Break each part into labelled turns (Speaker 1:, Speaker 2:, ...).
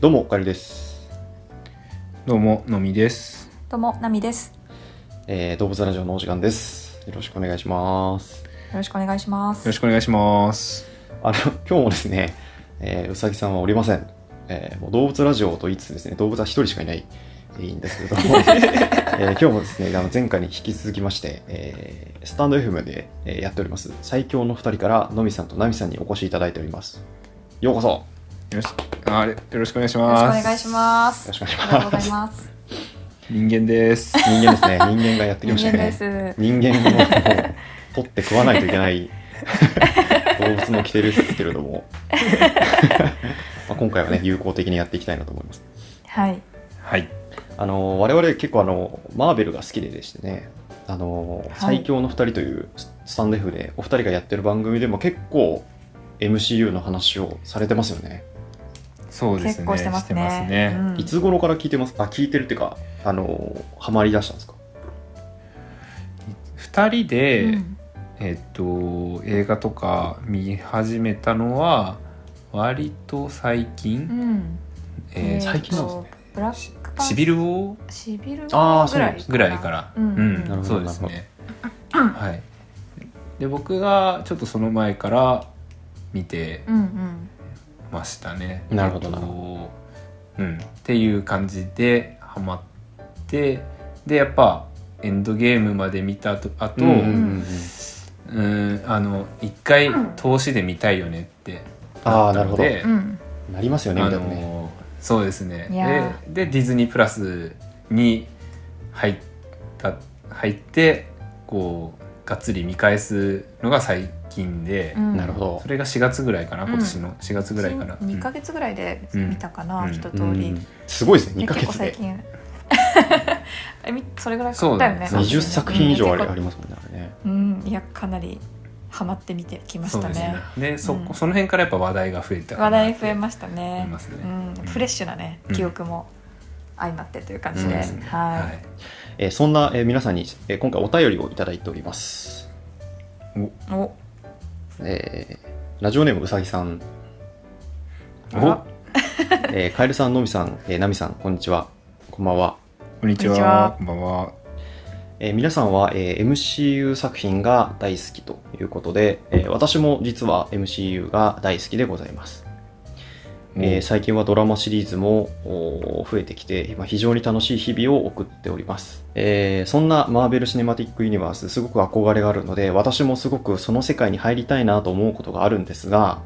Speaker 1: どうもおかりです、
Speaker 2: どうも、のみです。
Speaker 3: どうも、ナミです。
Speaker 1: えー、動物ラジオのお時間ですよろしくお願いします
Speaker 3: よろしくお願いしま
Speaker 2: よ
Speaker 3: す
Speaker 2: ろし。くお願いします。
Speaker 1: あの今日もですね、えーうさぎさんはおりません、えーもう動物ラジオと言いつつですね動物は一人しかいないいいんですけど も、えー今日もですねあの前回に引き続きまして、えースタンド FM で、えーやっております最強の二人からのみさんとなみさんにお越しいただいておりますようこそよ
Speaker 2: よろしあれ、よろしくお願いし
Speaker 3: よろしく
Speaker 2: ま
Speaker 3: お
Speaker 2: す。
Speaker 3: 願いします。
Speaker 1: ろ
Speaker 3: あ
Speaker 1: しくお願いし
Speaker 3: りがと
Speaker 1: ま
Speaker 3: うご
Speaker 1: す
Speaker 3: ざいます。
Speaker 2: 人間です。
Speaker 1: 人間ですね人間がやってき
Speaker 3: 人
Speaker 1: ました
Speaker 3: 間
Speaker 1: ね
Speaker 3: です。
Speaker 1: 人間をもう取って食わないといけない動物の着てるですけれどもまあ今回はね有効的にやっていきたいなと思います
Speaker 3: はい。
Speaker 2: はい。
Speaker 1: あの我々結構あのマーベルが好きででしてねあの、
Speaker 3: い
Speaker 1: 最強の2人というススタンデフでお二人がやってる番組でも結構 MCU の話をされてますよね、
Speaker 2: そうですね。
Speaker 3: 結構してますね。うん
Speaker 1: いつ頃から聞いてますあ聞いてるっていうかあのハマりだしたんですか
Speaker 2: 二人で、
Speaker 3: うん
Speaker 2: えっと、映画とか見始めたのは、割と最近、
Speaker 3: うん。
Speaker 2: えー
Speaker 3: えーと
Speaker 1: 最近なんですね。
Speaker 3: ブラックパン
Speaker 2: シビル王
Speaker 3: シビル
Speaker 1: あー
Speaker 3: ぐらい
Speaker 2: ぐらいから、
Speaker 3: うん
Speaker 1: なるほど
Speaker 2: そうですね。はい。で、僕がちょっとその前から見て、
Speaker 3: うんうん。
Speaker 2: ましたね。
Speaker 1: なるほどな
Speaker 2: えっとうん、っていう感じでハマってでやっぱエンドゲームまで見た後あと、う
Speaker 1: うんうんう
Speaker 2: ん
Speaker 1: んうん
Speaker 2: あの一回投資で見たいよねって
Speaker 1: あ
Speaker 2: な
Speaker 1: あ
Speaker 2: っ
Speaker 1: な
Speaker 2: た
Speaker 1: る
Speaker 2: の
Speaker 1: ほど、
Speaker 2: で、
Speaker 3: うん。
Speaker 1: なりますよね
Speaker 2: あ
Speaker 1: みたいなね
Speaker 2: のそうですね
Speaker 3: いや
Speaker 2: ででディズニープラスに入った入ってこうがっつり見返すのが最近で、
Speaker 3: うん
Speaker 1: なるほど
Speaker 2: それが4月ぐらいかな今年の4月ぐらいかな。
Speaker 3: そう二ヶ月ぐらいで見たかな、
Speaker 2: うん
Speaker 3: 一通
Speaker 2: うん
Speaker 3: り。
Speaker 1: すごいですね、2
Speaker 3: ね
Speaker 1: ヶ
Speaker 3: 結構
Speaker 1: 月
Speaker 3: 最
Speaker 1: で。
Speaker 3: 近。 え、み、それぐらい
Speaker 2: そ
Speaker 3: 買
Speaker 2: う
Speaker 3: った
Speaker 2: だ
Speaker 3: よ
Speaker 2: ね
Speaker 3: ね。
Speaker 1: 20作品以上あり
Speaker 3: うん
Speaker 1: ありますもんね、あれね。
Speaker 3: うん、いや、かなりハマって見てきまし
Speaker 2: そう
Speaker 3: た
Speaker 2: です
Speaker 3: ね
Speaker 2: ね。。で、そこ、
Speaker 3: うん
Speaker 2: その辺からやっぱ話題が増えたかな
Speaker 3: 話題
Speaker 2: って
Speaker 3: 増えましたね
Speaker 2: 思いますね
Speaker 3: うん、
Speaker 2: うん
Speaker 3: フレッシュなね
Speaker 2: うん
Speaker 3: 記憶も相まってという感じ
Speaker 2: そう
Speaker 3: で、
Speaker 2: ですね
Speaker 3: は
Speaker 1: えーそんな、えー皆さんに、えー今回お便りをいただいております。
Speaker 3: い、お
Speaker 1: えーラジオネームうさぎさん、
Speaker 3: あら
Speaker 2: お
Speaker 1: えー、カエルさん、のみさん、えー、なみさん、こんにちは。こんばんは。
Speaker 2: こんにち
Speaker 3: こんにち
Speaker 2: は
Speaker 3: は。
Speaker 2: こんばんは。
Speaker 1: えー皆さんは、えー MCU 作品が大好きということで、えー私も実は MCU が大好きでございます。えー最近はドラマシリーズもおー増えてきて、今非常に楽しい日々を送っております、えーそんなマーベル・シネマティック・ユニバース、すごく憧れがあるので、私もすごくその世界に入りたいなと思うことがあるんですが、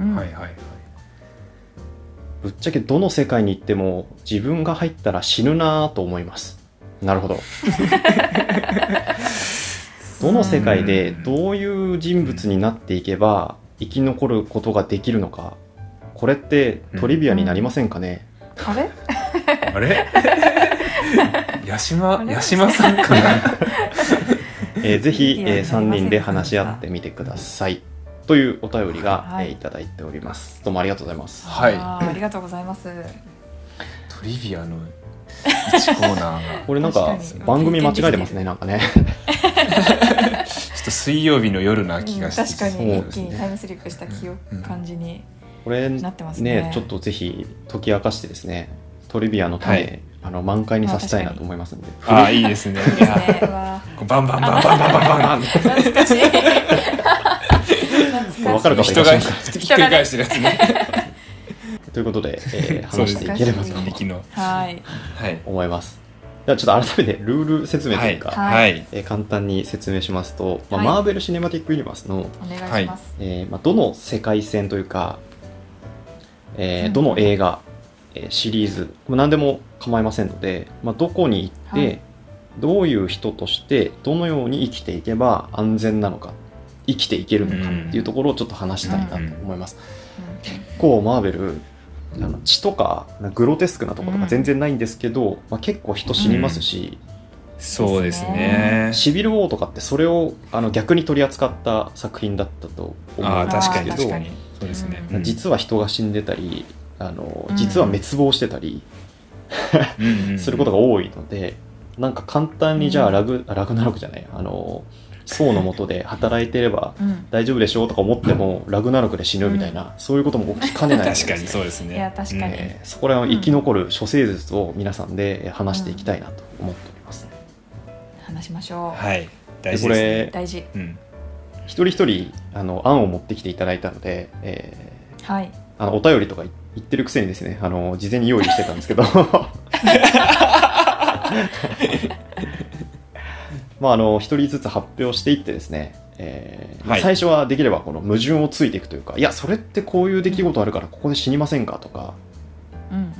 Speaker 3: うん
Speaker 2: はいはいはい。
Speaker 1: ぶっちゃけどの世界に行っても自分が入ったら死ぬなぁと思います。な るほど。どの世界でどういう人物になっていけば生き残ることができるのか、これってトリビアになりませんかね、
Speaker 3: あれ
Speaker 2: あれ？ヤシマ
Speaker 3: あれ
Speaker 2: ヤシマさんかな。
Speaker 1: えー ぜひ、
Speaker 3: いや
Speaker 1: えー、3人で話し合ってみてください。というお便りが、
Speaker 3: はい
Speaker 1: えーいただいております。どうもありがとうございます。
Speaker 2: はい
Speaker 3: あーありがとうございます
Speaker 2: トリビアの一コーナーが。
Speaker 1: これなんか
Speaker 3: 確かに
Speaker 1: 番組間違えてますね、なんか ね。
Speaker 2: ちょっと水曜日の夜な気
Speaker 3: うん
Speaker 2: がしてき
Speaker 3: 確
Speaker 2: た。
Speaker 3: かに
Speaker 1: そう
Speaker 3: 一
Speaker 1: です
Speaker 3: 気
Speaker 1: ね
Speaker 3: にタイムスリップした記憶
Speaker 2: うん
Speaker 3: 感じに
Speaker 1: これ
Speaker 3: な
Speaker 1: ね
Speaker 3: ってますね
Speaker 1: ちょっとぜひ解き明かしてですね、トリビアの種、
Speaker 2: はい
Speaker 1: あの満開にさせたいなと思いますんで。
Speaker 2: あーいいですね。
Speaker 3: いいですねうわ
Speaker 2: こうバンバンバンバンバンバンバン。
Speaker 3: 懐かしい懐
Speaker 1: わかるかも
Speaker 2: 人が
Speaker 1: 人が
Speaker 2: ひっくり返してるやつね。
Speaker 1: ということで、えー
Speaker 2: そう
Speaker 1: 話し
Speaker 2: です
Speaker 1: ていければと
Speaker 3: 懐
Speaker 2: 響きの。
Speaker 3: はい
Speaker 2: はい
Speaker 1: 思います。ではちょっと改めてルール説明と
Speaker 2: は
Speaker 1: いう
Speaker 2: い
Speaker 1: か、
Speaker 2: はい。
Speaker 1: えー簡単に説明しますと、まあ
Speaker 3: はい
Speaker 1: マーベル・シネマティック・ユニバースの
Speaker 3: お願いします、
Speaker 1: えーまあ、どの世界線というか、えー
Speaker 3: うん
Speaker 1: どの映画、えーシリーズもう何でも構いませんので、まあ、どこに行って、
Speaker 3: はい
Speaker 1: どういう人としてどのように生きていけば安全なのか生きていけるのかっていうところをちょっと話したいなと思います、結構マーベルあの血とかグロテスクなところとか全然ないんですけど、まあ、結構人死にますし、
Speaker 2: そうですね。
Speaker 1: シビル・ウォーとかってそれをあの逆に取り扱った作品だったと思
Speaker 2: あ
Speaker 1: う
Speaker 2: あ
Speaker 1: ん
Speaker 2: 確
Speaker 1: ですけど
Speaker 2: かに確かに。そうですね。
Speaker 3: う
Speaker 1: 実は人が死んでたりあの
Speaker 3: うん
Speaker 1: 実は滅亡してたり
Speaker 2: は
Speaker 1: すること
Speaker 2: が
Speaker 1: が多いので、なんか簡単にじゃあ
Speaker 3: うん
Speaker 1: ラグ、あラグナロクじゃないあの層の下で働いてれば
Speaker 3: うん
Speaker 1: 大丈夫でしょうとか思ってもラグナロクで死ぬみたいな、そういうことも起きかねない
Speaker 2: 確かにそうです
Speaker 3: い
Speaker 2: ね
Speaker 3: や確かに
Speaker 1: えーそこら辺を生き残る処世術を皆さんでえー話していきたいなと思っております。
Speaker 3: 話しまし
Speaker 2: うん
Speaker 3: ょ
Speaker 2: はい大
Speaker 1: でこ
Speaker 2: 事ですね
Speaker 1: れ
Speaker 3: 大事
Speaker 2: うん
Speaker 1: 一人一人あの案を持ってきていただいたので、え
Speaker 3: はい
Speaker 1: ーあのお便りとかい言ってるくせにですねあの事前に用意してたんですけ どまああの一人ずつ発表していってですね、えー
Speaker 2: はい
Speaker 1: 最初はできればこの矛盾をついていくというかいやそれってこういう出来事あるからここで死にませんかとか
Speaker 3: うんうん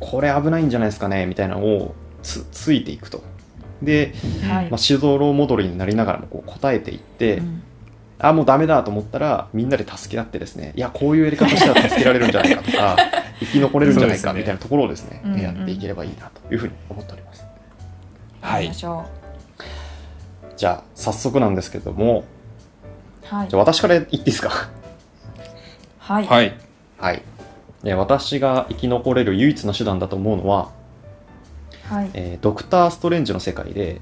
Speaker 1: これ危ないんじゃないですかねみたいなのをつついていくとで、
Speaker 3: はい
Speaker 1: まあ、シドロー戻りになりながらもこう答えていって、
Speaker 3: うん
Speaker 1: あもうダメだと思ったらみんなで助け合ってですねいやこういうやり方したら助けられるんじゃないかと か生き残れるんじゃない
Speaker 2: そうです
Speaker 1: か
Speaker 2: ね
Speaker 1: みたいなところをですね
Speaker 3: うんうん
Speaker 1: やっていければいいなというふうに思っております
Speaker 2: は
Speaker 3: 話し
Speaker 2: い
Speaker 3: ましょ
Speaker 1: じゃあ早速なんですけども
Speaker 3: うはい
Speaker 1: じゃあ私から言っていいですか
Speaker 3: は い
Speaker 2: はい
Speaker 1: はいえー私が生き残れる唯一の手段だと思うのは、
Speaker 3: はい
Speaker 1: えードクター・ストレンジの世界で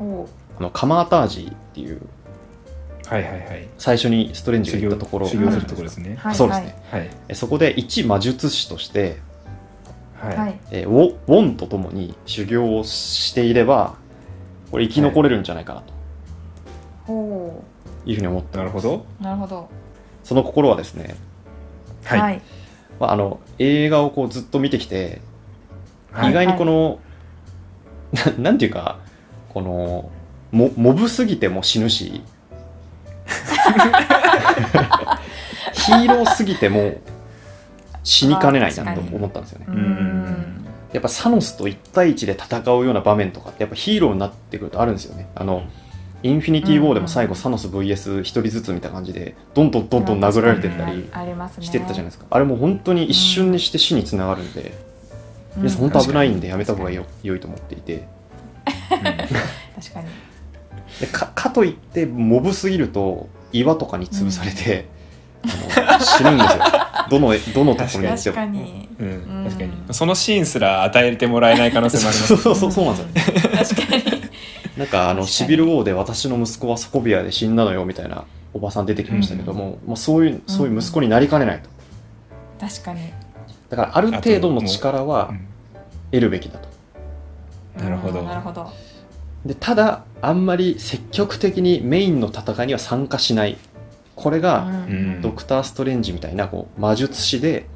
Speaker 3: おう
Speaker 1: あのカマータージーっていう
Speaker 2: はいはいはい
Speaker 1: 最初にストレンジが
Speaker 2: 修
Speaker 1: 行
Speaker 2: 行
Speaker 1: ったところ
Speaker 2: 修行するところですね
Speaker 3: はい
Speaker 1: そうですね、
Speaker 2: はい
Speaker 1: えそこで一魔術師として、
Speaker 2: は、
Speaker 3: はいいはい
Speaker 1: えーウォウォンと共に修行をしていればこれ生き残れるんじゃないかなと
Speaker 3: お
Speaker 1: いうふうに思ってお
Speaker 2: な
Speaker 1: りま
Speaker 2: るほ
Speaker 1: す
Speaker 2: ど
Speaker 3: うなるほど
Speaker 1: その心はですね、
Speaker 2: はい、
Speaker 3: はい
Speaker 1: まあ、あの映画をこうずっと見てきて、
Speaker 2: はい
Speaker 1: 意外にこの、ななんていうかこのもモブすぎても死ぬ しヒーローすぎても死にかねないなと思ったんですよね
Speaker 3: う
Speaker 2: うん
Speaker 3: ん
Speaker 1: やっぱサノスと1対1で戦うような場面とかってやっぱヒーローになってくるとあるんですよねあのインフィニティ・ウォーでも最後サノス VS1 人ずつみたいな感じでどんどんどんどん殴られてったり
Speaker 3: ありますね
Speaker 1: してったじゃないですかあれもう本当に一瞬にして死につながるんで皆さん本当危ないんでやめた方がよ良いと思っていて
Speaker 3: 確かに
Speaker 1: でかかといってモブすぎると岩とかに潰されて、あの死ぬんですよどのどのところにやって
Speaker 3: 確
Speaker 1: も
Speaker 3: かに
Speaker 2: うんうん確か
Speaker 3: う
Speaker 2: に
Speaker 3: ん
Speaker 2: そのシーンすら与えてもらえない可能性もあります
Speaker 1: そうそうそうそうなんですよ
Speaker 3: す確かに
Speaker 1: なんかあの
Speaker 3: 確かに
Speaker 1: シビル王で私の息子はソコビアで死んだのよみたいなおばさん出てきましたけども、まあ、そういうそういう息子になりかねないと
Speaker 3: 確か に
Speaker 1: だからある程度の力は
Speaker 2: う
Speaker 1: 得るべきだと
Speaker 3: うん
Speaker 2: なるほど
Speaker 3: なるほど
Speaker 1: でただあんまり積極的にメインの戦いには参加しないこれが
Speaker 2: うん
Speaker 1: ドクター・ストレンジみたいなこう魔術師で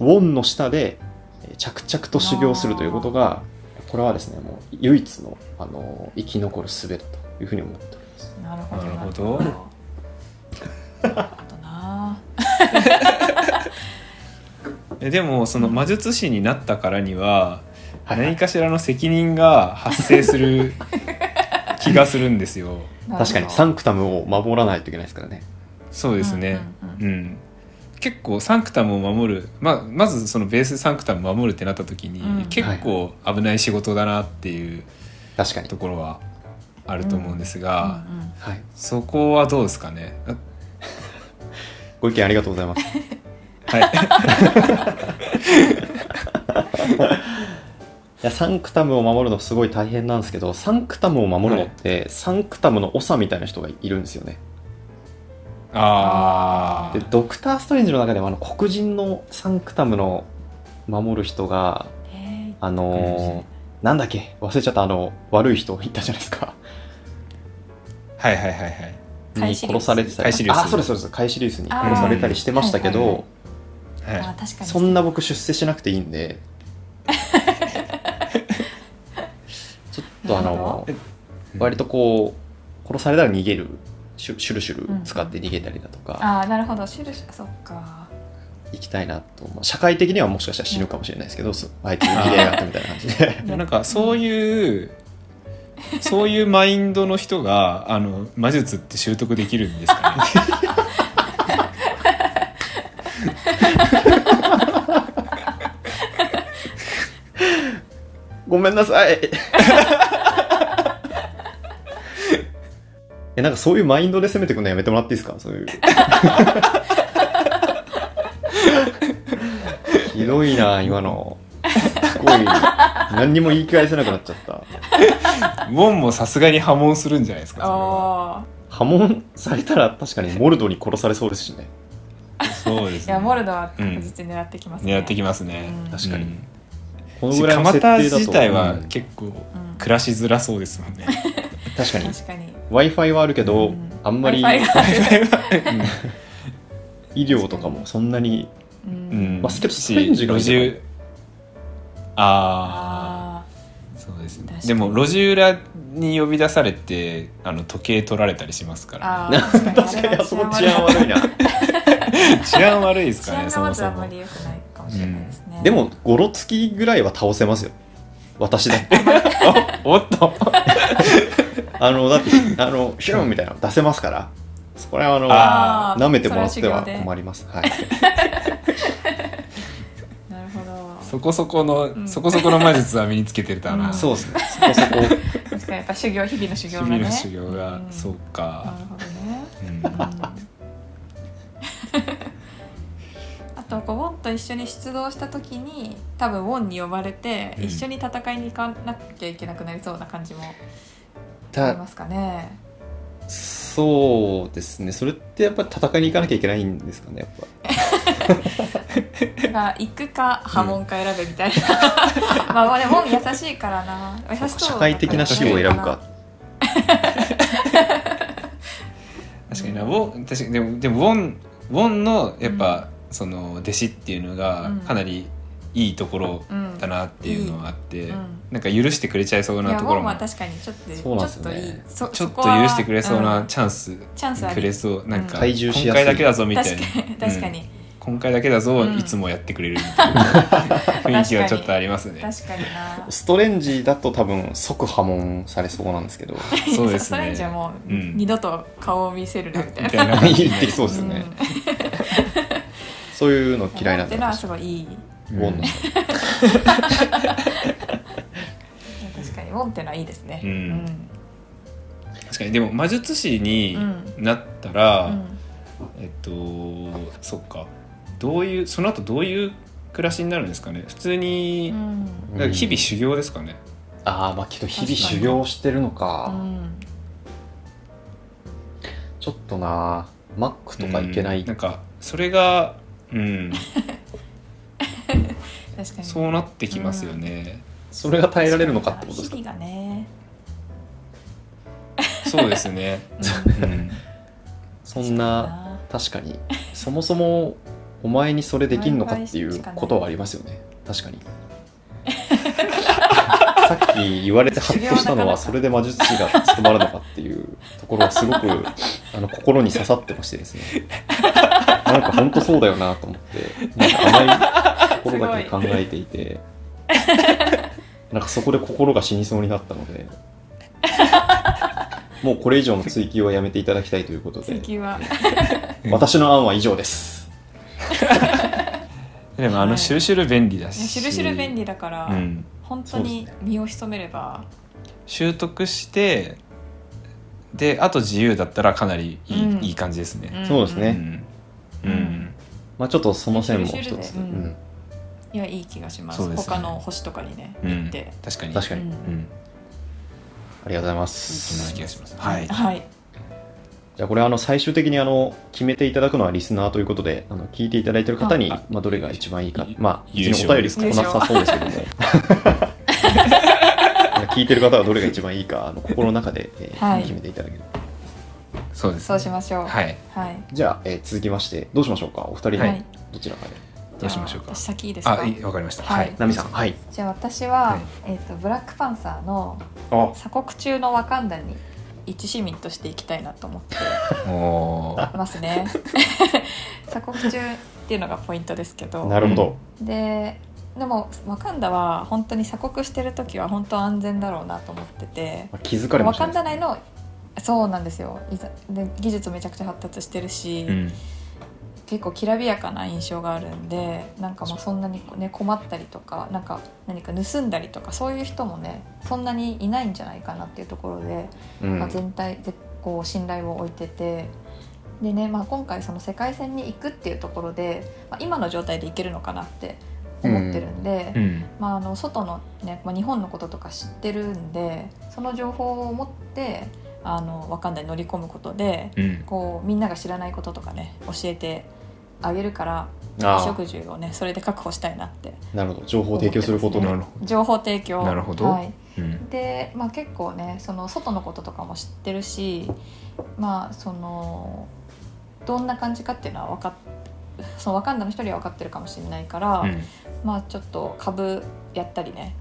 Speaker 1: ウォンの下でえー着々と修行するということがこれはですねもう唯一のあの生き残る術だというふうに思っております
Speaker 3: なるほど
Speaker 2: なるほど
Speaker 3: なるほどなるほどなん
Speaker 2: えでもその魔術師になったからには
Speaker 1: はいはい
Speaker 2: 何かしらの責任が発生する気がするんですよ
Speaker 1: 確かにサンクタムを守らないといけないですからね
Speaker 2: そうですね
Speaker 3: うんうん
Speaker 2: うん、結構サンクタムを守る、まあ、まずそのベースサンクタムを守るってなった時に、
Speaker 3: うん
Speaker 2: 結構危ない仕事だなっていう
Speaker 1: 確かに
Speaker 2: ところはあると思うんですが、
Speaker 3: うんうん
Speaker 1: はい、
Speaker 2: そこはどうですかね あ
Speaker 1: ご意見ありがと うございます。
Speaker 2: はい
Speaker 1: いやサンクタムを守るのすごい大変なんですけどサンクタムを守るのって、サンクタムの長みたいな人がいるんですよね
Speaker 2: あ
Speaker 1: で
Speaker 2: ー
Speaker 1: ドクター・ストレンジの中でもあの黒人のサンクタムの守る人が
Speaker 3: え
Speaker 1: あのーなんだっけ忘れちゃったあの悪い人いたじゃないですか
Speaker 2: はいはいはいはい
Speaker 3: カイ
Speaker 1: に
Speaker 3: シリウス
Speaker 1: 殺されてた
Speaker 2: カイシリウス
Speaker 1: あそうですそうですカイシリウスに殺されたりしてましたけ
Speaker 3: あーはい
Speaker 1: ど
Speaker 2: は
Speaker 3: ー、
Speaker 2: い
Speaker 3: あ確かに
Speaker 1: そんな僕出世しなくていいん でちょっとあ
Speaker 3: なるほ
Speaker 1: の割とこう殺されたら逃げるシュシュルシュル使って逃げたりだとか、
Speaker 3: ああなるほどシュルシュそっか
Speaker 1: 行きたいなと、まあ、社会的にはもしかしたら死ぬかもしれないですけど、そあいつ逃げやがったみたいな感じで
Speaker 2: いやなんかそういうそういうマインドの人があの魔術って習得できるんですか ね
Speaker 1: ごめんな さいえなんかそういうマインドで攻めてくのやめてもらっていいですかそういうひどいな今のすごい何にも言い返せなくなっちゃった
Speaker 2: ウォンもさすがに破門するんじゃないですかそれは
Speaker 3: あ
Speaker 1: 破門されたら確かにモルドに殺されそうですしね
Speaker 2: そうです
Speaker 3: あいや
Speaker 2: ね
Speaker 3: モルドは確実に狙ってきますね、
Speaker 2: 狙ってきますね
Speaker 3: うん
Speaker 1: 確かに
Speaker 2: うん
Speaker 1: この
Speaker 2: し
Speaker 1: ぐらいの
Speaker 2: 蒲
Speaker 1: 設定
Speaker 2: 田
Speaker 1: だと
Speaker 2: 自体は
Speaker 1: うん
Speaker 2: 結構
Speaker 3: うん
Speaker 2: 暮らしづらそうですもんね
Speaker 1: 確かに
Speaker 3: 確かに
Speaker 1: w i f i はあるけど、
Speaker 3: うん
Speaker 1: あんまり
Speaker 3: Wi-Fi が
Speaker 1: 医療とかもそんなに
Speaker 3: う
Speaker 2: うんん
Speaker 1: バスケットストレンジが多い
Speaker 2: 路地裏ああ
Speaker 3: あ
Speaker 2: そうです
Speaker 3: 確
Speaker 2: ね
Speaker 3: かに
Speaker 2: でも路地裏に呼び出されてあの時計取られたりしますか
Speaker 3: ー
Speaker 2: ら
Speaker 3: あー
Speaker 1: 確かにあそこ治安悪いな
Speaker 2: 治安悪いです
Speaker 3: 治
Speaker 2: からね
Speaker 3: 安が
Speaker 2: そ
Speaker 3: ま
Speaker 2: も
Speaker 3: ず
Speaker 2: そ
Speaker 3: あんま
Speaker 2: も
Speaker 3: り良くないかもしれないですね、
Speaker 1: でも56月ぐらいは倒せますよ私だって
Speaker 2: おおっと
Speaker 1: あのだってあのヒューンみたいなの出せますからそこら辺は あ
Speaker 2: あ
Speaker 1: の 舐めてもらっては
Speaker 3: り
Speaker 1: 困りますはい
Speaker 3: なるほ ど
Speaker 2: そこそこの、
Speaker 3: うん
Speaker 2: そこそこの魔術は身につけてたな、
Speaker 3: ん
Speaker 1: そうですねそこそこ
Speaker 3: 確かにやっぱ修行日々の修
Speaker 2: 日
Speaker 3: 行が
Speaker 2: 々
Speaker 3: ね
Speaker 2: の修行が、
Speaker 3: ん
Speaker 2: そう
Speaker 3: な
Speaker 2: か、
Speaker 3: るほどね
Speaker 2: うん
Speaker 3: うん あとこうウォンと一緒に出動した時に多分ウォンに呼ばれて、
Speaker 2: うん
Speaker 3: 一緒に戦いに行かなきゃいけなくなりそうな感じもあり
Speaker 1: た
Speaker 3: ますかね
Speaker 1: そうですねそれってやっぱり戦いに行かなきゃいけないんですかねやっぱ
Speaker 3: だから行くか破門か選べみたいな、まあまあでもウォン優しいからな優しそうだから
Speaker 1: 社会的な死を選ぶか
Speaker 2: 確かになウォン確かにでもでもウォンウォンのやっぱ、その弟子っていうのが
Speaker 3: うん
Speaker 2: かなりいいところ
Speaker 3: うん
Speaker 2: だなっていうのはあって、
Speaker 3: うん
Speaker 2: なんか許してくれちゃいそう
Speaker 3: い
Speaker 2: な
Speaker 3: やウ
Speaker 2: とこ
Speaker 3: ォ
Speaker 2: ろ
Speaker 3: ン
Speaker 2: も
Speaker 3: は確かにちょっと
Speaker 1: そうなんですよ
Speaker 3: ちょっ
Speaker 1: ね
Speaker 3: といいそ
Speaker 2: ちょっ
Speaker 3: そ
Speaker 2: と
Speaker 3: こ
Speaker 2: 許
Speaker 3: は
Speaker 2: してくれそう
Speaker 3: う
Speaker 2: なんチャンス
Speaker 3: チャンスあ
Speaker 2: く
Speaker 3: り
Speaker 2: れそうなん
Speaker 3: うん
Speaker 2: か
Speaker 1: 体重しやすい
Speaker 2: 今回だけだぞみたい
Speaker 3: 確
Speaker 2: な
Speaker 3: かに確かに、
Speaker 2: 今回だけだぞ、
Speaker 3: うん
Speaker 2: いつもやってくれるみたいな雰囲気はちょっとありますね。
Speaker 3: 確かにな
Speaker 1: ストレンジだと多分即破門されそうなんですけど
Speaker 2: そうですね
Speaker 3: ストレンジはもう、
Speaker 2: うん
Speaker 3: 二度と顔を見せるなみたい
Speaker 2: み
Speaker 3: な
Speaker 2: たい な感じに
Speaker 1: 言
Speaker 2: な
Speaker 1: って
Speaker 2: り
Speaker 1: き
Speaker 2: ます
Speaker 1: そうですよね、そういうの
Speaker 3: うん
Speaker 1: 嫌いなん
Speaker 3: って
Speaker 1: だ
Speaker 3: のはすごいいい
Speaker 1: ウォンの
Speaker 3: 確かにウォンってのはいいですね
Speaker 2: うん確かにでも魔術師に
Speaker 3: うん
Speaker 2: なった
Speaker 3: う
Speaker 2: ら、
Speaker 3: ん
Speaker 2: えっとそっかどういうその後どういう暮らしになるんですかね普通に
Speaker 3: う、ん
Speaker 1: うん
Speaker 2: なんか日々修行ですかね、
Speaker 1: ああまあけど日々修行してるのか
Speaker 3: うん
Speaker 1: ちょっとなマックとかいけない、
Speaker 2: うんなんかそれがうん
Speaker 3: 確かに
Speaker 2: そうなってきますよね、
Speaker 1: それが耐えられるのかってことですか
Speaker 3: 日々がね、
Speaker 2: そうですね、
Speaker 3: うん
Speaker 2: うん、
Speaker 1: そんな 確かにそもそもお前にそれできんのかっていうことはありますよね確かにさっき言われてハッとしたのはそれで魔術師が務まるのかっていうところはすごくあの心に刺さってましてですねなんか本当そうだよなと思ってなんか甘い心だけで考えていてなんかそこで心が死にそうになったのでもうこれ以上の追求はやめていただきたいということで
Speaker 3: 追求は
Speaker 1: 私の案は以上です。
Speaker 2: でもあのシュルシュル便利だし、
Speaker 3: しるしる便利だから、
Speaker 2: うん、
Speaker 3: 本当に身を潜めれば
Speaker 2: 習得してであと自由だったらかなりいい,、
Speaker 3: うん
Speaker 2: いい感じですね、
Speaker 1: そうです
Speaker 2: う
Speaker 1: ね
Speaker 2: ん
Speaker 3: うん
Speaker 2: うん
Speaker 1: まあちょっとその線も一
Speaker 3: シュル
Speaker 1: つ、
Speaker 3: シュルでうんいやいい気がします
Speaker 2: そうですね
Speaker 3: 他の星とかにね、
Speaker 2: うん
Speaker 3: 行って、
Speaker 2: 確か
Speaker 1: う
Speaker 2: に
Speaker 1: ん確か
Speaker 3: う
Speaker 1: に、
Speaker 3: ん
Speaker 2: うん、
Speaker 1: ありがとうございま
Speaker 2: そんな
Speaker 1: す。
Speaker 2: 気がしますはい
Speaker 3: はい
Speaker 1: じゃあこれあの最終的にあの決めていただくのはリスナーということで、あの聞いていただいている方に
Speaker 2: あ
Speaker 1: まあどれが一番いいか
Speaker 2: い、
Speaker 1: まあ
Speaker 2: 優
Speaker 1: 別
Speaker 2: 勝
Speaker 1: にお便り来なさそうですけども。 聞いてる方はどれが一番いいかあの心の中で、えー
Speaker 3: はい
Speaker 1: 決めていただける
Speaker 2: そうです
Speaker 3: そうしましょう
Speaker 2: はい
Speaker 3: はい、
Speaker 1: じゃあ、えー続きましてどうしましょうかお二人
Speaker 2: は
Speaker 1: の
Speaker 2: い
Speaker 1: どちらかで、
Speaker 2: どうしましょう
Speaker 3: じゃあ
Speaker 2: か
Speaker 3: 私先いいですか
Speaker 2: あいいわかりました
Speaker 3: は
Speaker 2: はいい
Speaker 1: ナミさんはい
Speaker 3: じゃあ私は、
Speaker 2: はい
Speaker 3: えっ、とブラックパンサーの
Speaker 1: あ
Speaker 3: 鎖国中のワカンダに一市民として行きたいなと思って
Speaker 2: おー
Speaker 3: ます ね鎖国中っていうのがポイントですけど
Speaker 1: なるほど、
Speaker 3: ででもワカンダは本当に鎖国してる時は本当安全だろうなと思ってて
Speaker 1: まあ気づかれま
Speaker 3: ワ
Speaker 1: し
Speaker 3: カ
Speaker 1: た
Speaker 3: ンダ内のそうなんですよいざで技術めちゃくちゃ発達してるし、
Speaker 2: うん
Speaker 3: 結構きらびやかな印象があるんでなんかまあそんなに、ね、困ったりとかなんか何か盗んだりとかそういう人もねそんなにいないんじゃないかなっていうところで、
Speaker 1: うん
Speaker 3: まあ、全体でこう信頼を置いててでね、まあ、今回その世界戦に行くっていうところで、まあ、今の状態で行けるのかなって思ってるんで、
Speaker 2: うん
Speaker 3: まあ、あの外の、ねまあ、日本のこととか知ってるんでその情報を持ってあのわかんない乗り込むことで
Speaker 2: うん
Speaker 3: こうみんなが知らないこととかね教えてあげるから
Speaker 1: あ
Speaker 3: 衣
Speaker 1: ー
Speaker 3: 食住をねそれで確保したいなって
Speaker 1: なるほど情報を提供することで、
Speaker 2: なるほ
Speaker 3: 情報提供
Speaker 2: なるほど
Speaker 3: はい、
Speaker 2: ど、うん
Speaker 3: で、まあ、結構ねその外のこととかも知ってるしまあそのどんな感じかっていうのは分かっそのワカンダの一人は分かってるかもしれないから、
Speaker 2: うん
Speaker 3: まあちょっと株やったりね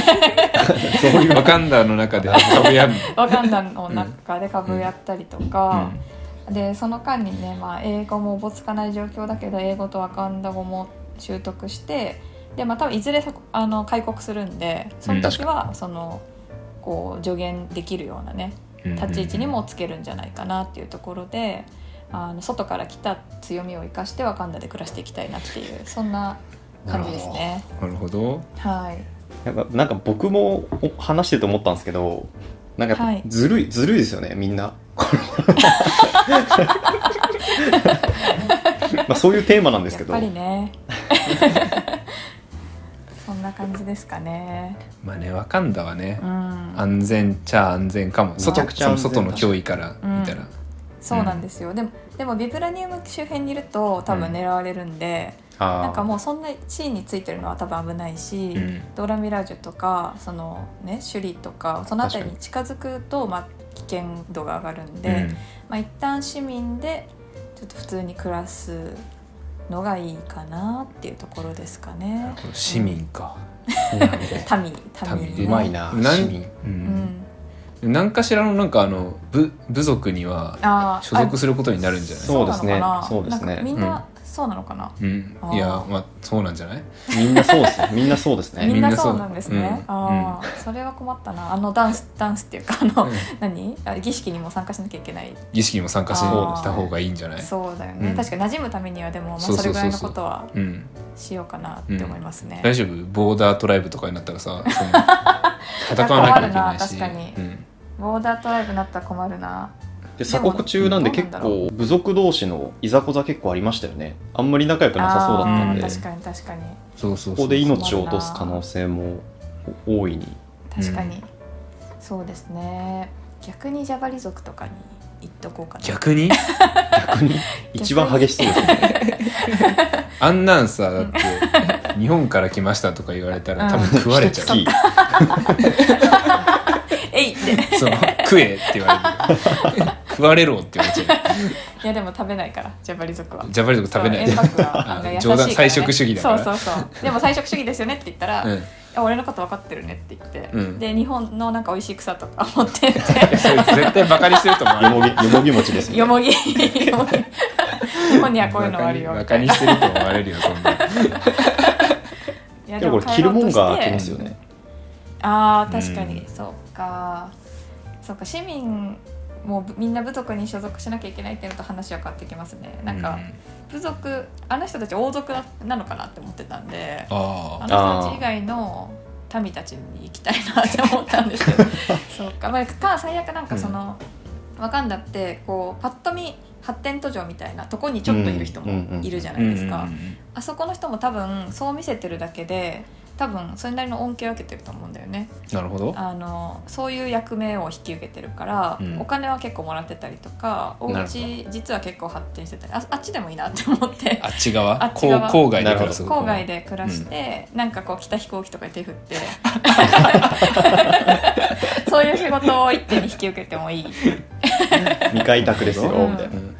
Speaker 2: そういうワカンダの中で株 やる、
Speaker 3: ワカンダの 中で株やったりと
Speaker 2: う
Speaker 3: か、
Speaker 2: ん
Speaker 3: でその間にね、まあ、英語もおぼつかない状況だけど英語とワカンダ語も習得してでまあ多分いずれそこあの開国するんでその時はその、こう助言できるようなね
Speaker 2: うん
Speaker 3: 立ち位置にもつけるんじゃないかなっていうところで。あの外から来た強みを生かしてワカンダで暮らしていきたいなっていうそんな感じですね。
Speaker 2: なるほど
Speaker 3: はい、
Speaker 1: やっぱなんか僕もお話してて思ったんですけどなんかやっぱ
Speaker 3: はい
Speaker 1: ずるい、ずるいですよねみん な。このまあそういうテーマなんですけど
Speaker 3: やっぱりね そんな感じですかね
Speaker 2: まあねワカンダはね
Speaker 3: う、ん
Speaker 2: 安全ちゃ安全かも
Speaker 3: めち
Speaker 2: 外
Speaker 3: ゃ
Speaker 1: くちゃ
Speaker 2: そ
Speaker 1: 安
Speaker 2: の
Speaker 1: 全
Speaker 2: 外の脅威から見たら、
Speaker 3: そうなんですよ、でもでもビブラニウム周辺にいると多分狙われるんで、
Speaker 1: あー
Speaker 3: なんかもうそんな地位についてるのは多分危ないし、
Speaker 2: うん
Speaker 3: ドラミラージュとかそのね首里とかその辺りに近づくと、まあ、危険度が上がるんで、
Speaker 2: うん
Speaker 3: まあ一旦市民でちょっと普通に暮らすのがいいかなっていうところですか
Speaker 2: なる
Speaker 3: ね。
Speaker 2: ほど市民か、
Speaker 3: 民民
Speaker 2: 民
Speaker 1: うまいな
Speaker 2: なん
Speaker 1: 市民
Speaker 2: う
Speaker 3: うんん、
Speaker 2: 何かしらのなんかあの部部族には
Speaker 3: あー
Speaker 2: 所属することになるんじゃない
Speaker 1: そうですね
Speaker 3: なのかな
Speaker 1: そうですね
Speaker 3: なんかみんなそうなのかな。
Speaker 2: うん
Speaker 3: あー
Speaker 2: いやまあそうなんじゃない
Speaker 1: みんなそうですねみんなそうです
Speaker 2: ん
Speaker 1: ね
Speaker 3: みんなそうなんですね。
Speaker 2: うん
Speaker 3: ああ、それは困ったな。あのダンスダンスっていうかあの、
Speaker 2: うん
Speaker 3: 何あ儀式にも参加しなきゃいけない。
Speaker 2: 儀式にも参加してた方がいいんじゃない
Speaker 3: そうだよね。
Speaker 2: うん
Speaker 3: 確かに馴染むためにはでも、まあ、
Speaker 2: そう
Speaker 3: そ
Speaker 2: そ
Speaker 3: れ
Speaker 2: う
Speaker 3: ぐ
Speaker 2: そうそう
Speaker 3: らいのことは
Speaker 2: うん、
Speaker 3: しようかなって思いますね。
Speaker 2: 大丈夫ボーダートライブとかになったら さその戦わなきゃいけないし
Speaker 3: 困るな確かに
Speaker 2: うん
Speaker 3: ボーダートライブになったら困るな。
Speaker 1: で鎖国中なんで
Speaker 3: でも
Speaker 1: 結構部族同士のいざこざ結構ありましたよねあんまり仲良くなさそうだった
Speaker 3: あ
Speaker 1: ん
Speaker 3: ー
Speaker 1: で
Speaker 3: 確かに確かに
Speaker 2: そうそうそう
Speaker 1: ここで命を落とす可能性も大いに
Speaker 3: 確かに、そうですね。逆にジャバリ族とかに行っとこうかな。
Speaker 2: 逆に
Speaker 1: 逆に一番激しそうですね
Speaker 2: あんなんさだっ て日本から来ましたとか言われたら多分 食われちゃう、
Speaker 1: 一 月
Speaker 3: えいって。い
Speaker 2: その食えって言われる食われろって言われちゃ
Speaker 3: やでも食べないからジャバリ族は
Speaker 2: う。ジャパリとか食べない
Speaker 3: そう塩 白は案外優しいか
Speaker 2: 冗
Speaker 3: ら
Speaker 2: 談菜食主義だから
Speaker 3: そうそうそうでも菜食主義ですよねって言ったら、
Speaker 2: う
Speaker 3: い
Speaker 2: ん
Speaker 3: や俺のこと分かってるねって言って、
Speaker 2: うん
Speaker 3: で日本のなんか美味しい草とか持ってって
Speaker 2: それ絶対バカにしてると思
Speaker 1: よもぎ
Speaker 2: う
Speaker 1: よもぎ餅ですよ
Speaker 3: よ
Speaker 1: ね
Speaker 3: もぎよもぎ日本にはこういうのがあるよ
Speaker 2: バ
Speaker 3: み
Speaker 2: カ
Speaker 3: たい
Speaker 2: に
Speaker 3: な
Speaker 2: してると思われるよそんな、
Speaker 3: いや
Speaker 1: でもこれ着るもんが来ますよね
Speaker 3: あー確かに、
Speaker 2: うん
Speaker 3: そうかそうか市民もみんな部族に所属しなきゃいけないっていうのと話は変わってきますねなんか、部族あの人たち王族なのかなって思ってたんであ
Speaker 2: あ
Speaker 3: の人たち以外の民たちに行きたいなって思ったんで すけどそうか,、まあ、か最悪なんかその、わかんだってこうパッと見発展途上みたいなとこにちょっといる人もいるじゃ
Speaker 2: あ
Speaker 3: ないですか、あそこの人も多分そう見せてるだけで多分それなりの恩恵を受けてると思うんだよね
Speaker 2: なるほど
Speaker 3: あのそういう役目を引き受けてるから、
Speaker 2: うん
Speaker 3: お金は結構もらってたりとかお
Speaker 2: なる
Speaker 3: 家実は結構発展してたりああっちでもいいなって思って
Speaker 2: あっち側
Speaker 3: あっち側
Speaker 2: こう郊外で暮らす
Speaker 3: 郊外で暮らして、なんかこう来た飛行機とかに手振ってそういう仕事を一手に引き受けてもいい
Speaker 1: 未開拓ですよ
Speaker 3: うん
Speaker 1: みたいな
Speaker 2: うん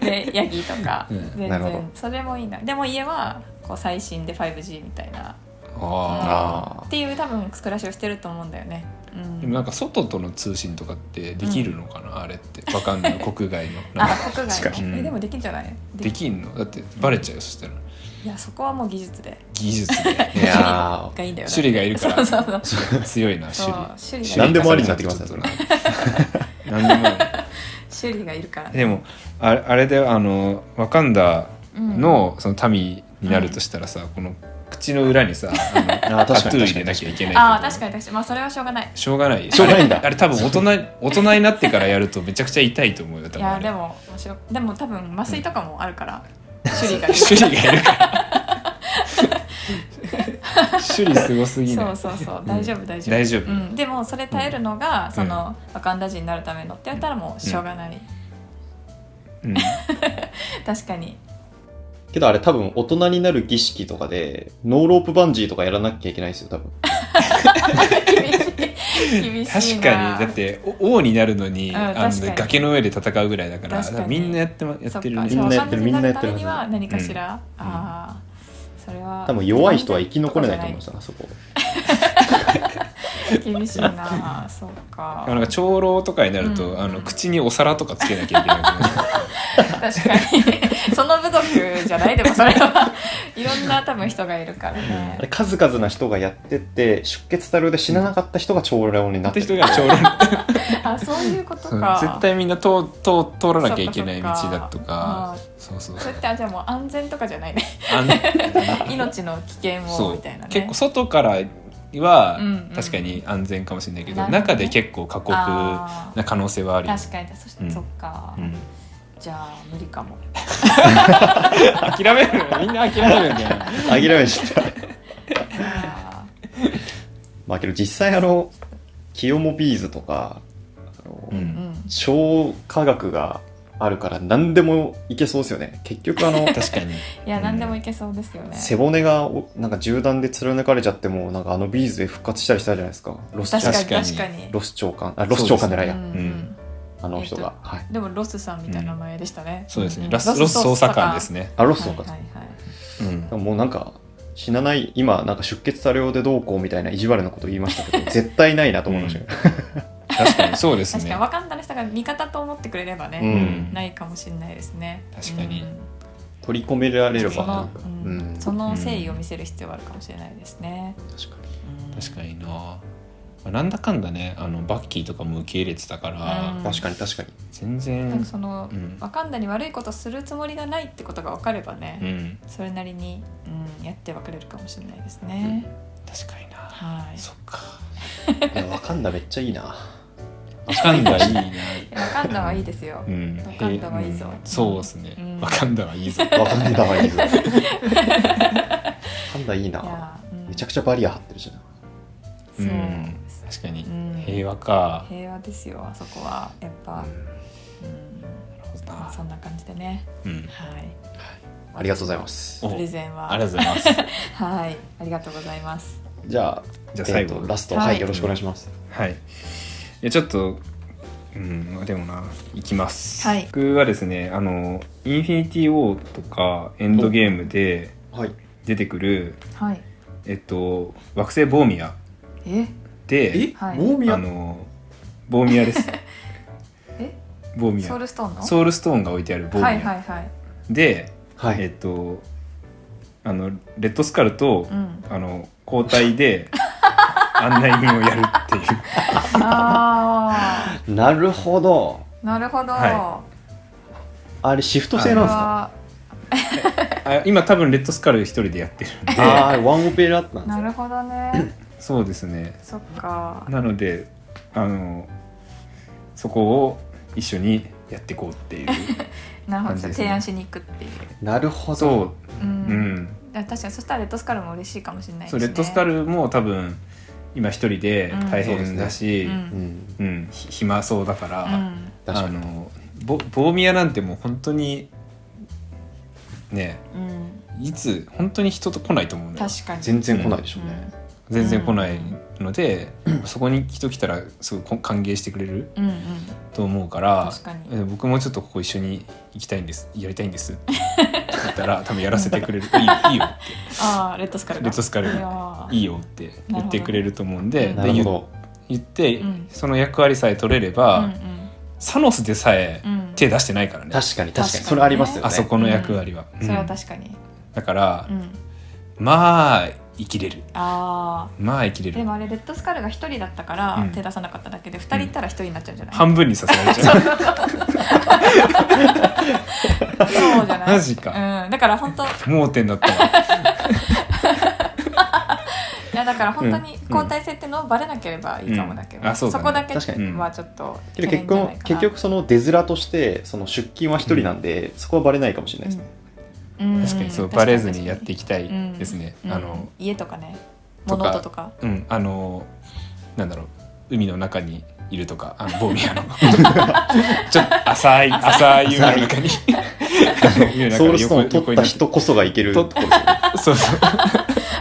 Speaker 3: でヤギとか、
Speaker 2: うん
Speaker 3: 全
Speaker 1: なるほど
Speaker 3: 然それもいいなでも家はこう最新で 5G みたいな
Speaker 2: あ
Speaker 1: あ
Speaker 3: っていう多分暮らしをしてると思うんだよね。う
Speaker 2: ーでも
Speaker 3: ん
Speaker 2: なんか外との通信とかってできるのかな、あれってわかんない国 外のなん
Speaker 3: あ
Speaker 2: か
Speaker 3: 国
Speaker 1: 確
Speaker 3: 外
Speaker 1: か
Speaker 2: に
Speaker 3: ねえでもできんじゃない
Speaker 2: できんのだってバレちゃうよそしたら
Speaker 3: いやそこはもう技術で
Speaker 2: 技術で
Speaker 1: いや
Speaker 3: がいいんだよね
Speaker 2: 種類がいるから
Speaker 3: そうそうそう
Speaker 2: 強いな
Speaker 3: そう
Speaker 2: 種類
Speaker 3: 種
Speaker 1: な
Speaker 3: 類が
Speaker 1: ん
Speaker 3: い
Speaker 1: で
Speaker 3: る
Speaker 1: もありになってきますね
Speaker 2: ちょっとな なんでもあり
Speaker 3: 種類がいるから
Speaker 2: でもあれあれであのワカンダのその民になるとしたらさ、この口の裏にさあの
Speaker 1: ああ
Speaker 2: タ
Speaker 1: 確
Speaker 2: ト
Speaker 1: か
Speaker 2: ゥー
Speaker 1: に確か
Speaker 2: 入れ
Speaker 1: に
Speaker 2: なきゃいけないけど
Speaker 3: ああ確かに確かにまあそれはしょうがない
Speaker 2: しょうがないよ
Speaker 1: しょうがないんだ
Speaker 2: あれあれ多分大人大人になってからやるとめちゃくちゃ痛いと思うよ多
Speaker 3: い
Speaker 2: 分あ
Speaker 3: や
Speaker 2: れ
Speaker 3: でも面白いでも多分麻酔とかもあるから、種類がいる
Speaker 2: 種類がいるから趣里すごす ぎ
Speaker 3: そ
Speaker 2: ないう
Speaker 3: そうそう大丈夫大丈夫
Speaker 2: 大丈夫
Speaker 3: うん、でもそれ耐えるのがそのワカンダ人になるためのって言ったらもうしょうがない、
Speaker 2: うん
Speaker 3: 確かに
Speaker 1: けどあれ多分大人になる儀式とかでノーロープバンジーとかやらなきゃいけないんですよ多分
Speaker 3: 厳しい厳しい
Speaker 2: 確
Speaker 3: な
Speaker 2: かにだってお王になるのに、
Speaker 3: うん
Speaker 2: あ
Speaker 3: 確か
Speaker 2: の
Speaker 3: に
Speaker 2: 崖の上で戦うぐらいだから
Speaker 3: 確
Speaker 2: だか
Speaker 3: かに
Speaker 2: らみんなやって,、ま、やってるね
Speaker 1: みんなやってるみんなやって
Speaker 3: る
Speaker 1: る
Speaker 3: には何かしら、
Speaker 2: うん
Speaker 3: ああそれは
Speaker 1: 多分弱い人は生き残れないと思いますあそこ
Speaker 3: 厳しいなそうか
Speaker 2: なんか長老とかになると、
Speaker 3: うん
Speaker 2: あの口にお皿とかつけなきゃいけないから
Speaker 3: 確かに その部族じゃないでもそれはいろんな多分人がいるからね
Speaker 1: あれ数々な人がやってって出血多量で死ななかった人が長老にな
Speaker 2: な
Speaker 1: っ
Speaker 2: ってて
Speaker 1: る
Speaker 2: 人が長老
Speaker 3: あそういうこと
Speaker 2: そう
Speaker 3: か
Speaker 2: 絶対みんな通通通らなきゃいけない道だと
Speaker 3: そっか
Speaker 2: かそうそう
Speaker 3: そうやってあじゃあもう安全とかじゃないね
Speaker 2: あの
Speaker 3: 命の危険
Speaker 2: そう
Speaker 3: をみたいなね
Speaker 2: 結構外からは
Speaker 3: うんうん
Speaker 2: 確かに安全かもしれないけど、
Speaker 3: なるほどね
Speaker 2: 中で結構過酷な
Speaker 3: あ
Speaker 2: 可能性はあ
Speaker 3: ー
Speaker 2: り、
Speaker 3: 確かにそし、
Speaker 2: うん
Speaker 3: そっか、
Speaker 2: うん、
Speaker 3: じゃあ無理か も
Speaker 2: 諦めるみんな諦めるんだよな
Speaker 1: 諦めちゃった
Speaker 3: あ
Speaker 1: まあけど実際あの清モビーズとかあの、
Speaker 2: う
Speaker 3: ーうんん
Speaker 1: 超科学があるから何でもいけそうですよね結局あの
Speaker 2: 確かに
Speaker 3: いや何でもいけそうですよね、
Speaker 1: 背骨がおなんか銃弾で貫かれちゃってもなんかあのビーズで復活したりしたじゃないですかロス
Speaker 3: 確かに
Speaker 2: 確かに
Speaker 3: 確かに
Speaker 1: ロス長官あロス長官じゃないや、
Speaker 3: うん
Speaker 2: うん
Speaker 1: あの人が、はい
Speaker 3: でもロスさんみたいな名前でしたね、
Speaker 2: そうですね、
Speaker 3: ん
Speaker 2: ラスロス捜査官ですね、
Speaker 1: あロ
Speaker 3: ロ
Speaker 1: ス長官、
Speaker 3: はいはいはい
Speaker 2: うん、
Speaker 1: もうなんか死なない今なんか出血多量でどうこうみたいな意地悪なこと言いましたけど絶対ないなと思いましたけど、
Speaker 2: 確かにそうです
Speaker 3: 確か
Speaker 2: ね
Speaker 3: に若んだの人が味方と思ってくれればね、
Speaker 1: うん
Speaker 3: ないかもしれないですね
Speaker 2: 確かに
Speaker 1: 取り込められれ
Speaker 3: そ
Speaker 1: ば
Speaker 3: の、
Speaker 1: う
Speaker 3: うん
Speaker 1: ん、
Speaker 3: その誠意を見せる必要があるかもしれないですね、
Speaker 1: 確かに
Speaker 2: 確かにな、まあなんだかんだねあのバッキーとかも受け入れてたから、
Speaker 3: うん
Speaker 1: 確かに確かに
Speaker 2: 全
Speaker 3: なん
Speaker 2: 然
Speaker 3: かその、
Speaker 2: うん
Speaker 3: わかんだに悪いことするつもりがないってことが分かればね、
Speaker 2: うん
Speaker 3: それなりに、うん、やって分かれるかもしれないですね、
Speaker 2: 確かにな
Speaker 3: はい
Speaker 2: そっか
Speaker 1: いやわかんだめっちゃいいな
Speaker 2: わかんだいいな
Speaker 3: わかんだはいいですよ
Speaker 2: う、ん
Speaker 3: わかんだはいいぞ
Speaker 2: うんそうですね
Speaker 3: うん
Speaker 2: わかんだはいいぞ
Speaker 1: わかんだはいいぞわかんだいい
Speaker 3: い
Speaker 1: な
Speaker 3: や、うん
Speaker 1: めちゃくちゃバリア張ってるじゃん
Speaker 3: そううんです
Speaker 2: 確かに
Speaker 3: うん
Speaker 2: 平和か
Speaker 3: 平和ですよあそこはやっぱ、うん
Speaker 2: なるほどな
Speaker 3: まあそんな感じでね
Speaker 2: うん
Speaker 3: はい
Speaker 1: ありがとうございます
Speaker 2: お
Speaker 3: プレゼンは
Speaker 2: ありがとうございます
Speaker 3: はいありがとうございます
Speaker 1: じゃあ
Speaker 2: じゃあ最
Speaker 1: えー
Speaker 2: 後
Speaker 1: とラスト
Speaker 3: は
Speaker 1: はいい、よろしくお願いします
Speaker 2: はい。いやちょっと、うん、まあでもな、いきます。
Speaker 3: はい
Speaker 2: 僕はですね、あの、インフィニティ・ウォーとか、エンドゲームで
Speaker 1: はい
Speaker 2: 出てくる、
Speaker 3: はい
Speaker 2: えっと、惑星ボーミア
Speaker 3: え
Speaker 2: で、
Speaker 3: はい
Speaker 1: 大宮
Speaker 2: あの、ボーミアです。
Speaker 3: え
Speaker 2: ボーミ
Speaker 3: ソウ
Speaker 2: ア。
Speaker 3: ルストーンの
Speaker 2: ソウルストーンが置いてあるボーミア。
Speaker 3: はいはいはい
Speaker 2: で、
Speaker 1: は
Speaker 2: え
Speaker 1: い
Speaker 2: っと、あの、レッドスカルと、
Speaker 3: うん
Speaker 2: あの、交代で、案内人をやるっていう。
Speaker 3: あ
Speaker 1: なるほど
Speaker 3: ーなるほど、
Speaker 2: は
Speaker 1: あれシフト制なんですか
Speaker 2: あ今多分レッドスカル一人でやってるんで。
Speaker 1: ああーワンオペだったん
Speaker 3: うわ
Speaker 1: です
Speaker 3: な
Speaker 1: ね
Speaker 3: るほどね
Speaker 2: そうですね。
Speaker 3: そっか
Speaker 2: なので、あの、そこを一緒にやっていこうっていう。
Speaker 3: なるほど、
Speaker 2: 感じですね
Speaker 3: 提案しに行くっていう
Speaker 1: なるほど
Speaker 2: そうう、
Speaker 3: ん
Speaker 2: う、
Speaker 3: い
Speaker 2: ん。
Speaker 3: や確かにそしたらレッドスカルも嬉しいかもしれないです
Speaker 2: そ
Speaker 3: ね
Speaker 2: う、レッドスカルも多分、今一人で大変だし、
Speaker 3: う
Speaker 2: うんん、
Speaker 1: うん
Speaker 2: ひ暇そうだから、
Speaker 3: うん
Speaker 1: 確
Speaker 2: あ
Speaker 1: かに
Speaker 2: の、ボボーミアなんてもう本当に、ね、
Speaker 3: うん
Speaker 2: いつ、本当に人と来ないと思うのよ。
Speaker 3: 確かに
Speaker 1: 全然来ないでしょうね、
Speaker 2: 全然来ないので、そこに人来たらすごいこ歓迎してくれる
Speaker 3: うんうん
Speaker 2: と思うから
Speaker 3: 確かに
Speaker 2: えー僕もちょっとここ一緒に行きたいんですやりたいんですっ て言ったら多分やらせてくれるいいいいよっ
Speaker 3: ああレッドスカル
Speaker 2: て
Speaker 3: が
Speaker 2: レッドスカル
Speaker 3: いや
Speaker 2: が
Speaker 3: ー
Speaker 2: いいよって言ってくれると思うんで
Speaker 3: うん
Speaker 1: な
Speaker 2: で
Speaker 1: るほど
Speaker 2: 言言って、
Speaker 3: うん
Speaker 2: その役割さえ取れれば、
Speaker 3: うん
Speaker 2: サノスでさえ
Speaker 3: うんうん
Speaker 2: 手出してないからね、
Speaker 1: 確かに確かに
Speaker 3: 確かにね
Speaker 1: それありますよね
Speaker 2: あそこの役割は、
Speaker 3: それは
Speaker 2: うん
Speaker 3: 確かに、
Speaker 2: だから、
Speaker 3: うん、
Speaker 2: まあ生きれる
Speaker 3: あ
Speaker 2: まあ生きれ
Speaker 3: ーで
Speaker 2: る
Speaker 3: もあれレッドスカルが一人だったか
Speaker 2: う
Speaker 3: ら
Speaker 2: ん
Speaker 3: 手出さなかっただけで二人いたら一人になっちゃうんじゃない、
Speaker 2: 半分にさせられちゃう
Speaker 3: そうじゃない
Speaker 2: マジか
Speaker 3: うん、だから本当い
Speaker 2: 盲点だったわ
Speaker 3: やだから本当に交代性ってのをバレなければいいかもだけど、
Speaker 2: うんあそうだね
Speaker 3: こだけ
Speaker 1: 確かに
Speaker 3: はちょっと
Speaker 1: けど結婚結局その出面としてその出勤は一人なんで、そこはバレないかもしれないですね、
Speaker 3: うん
Speaker 2: 確かにそうバレずにやっ
Speaker 3: い
Speaker 2: ていきたいですね。あの
Speaker 3: 家とかね
Speaker 2: とか
Speaker 3: 物音とか
Speaker 2: うんあのなんだろう海の中にいるとかあのボーミア のちょっと浅い浅い海の中 に海の中に
Speaker 1: ソウルストーンを
Speaker 2: 横
Speaker 1: 取った人こそがいける
Speaker 2: とそうそう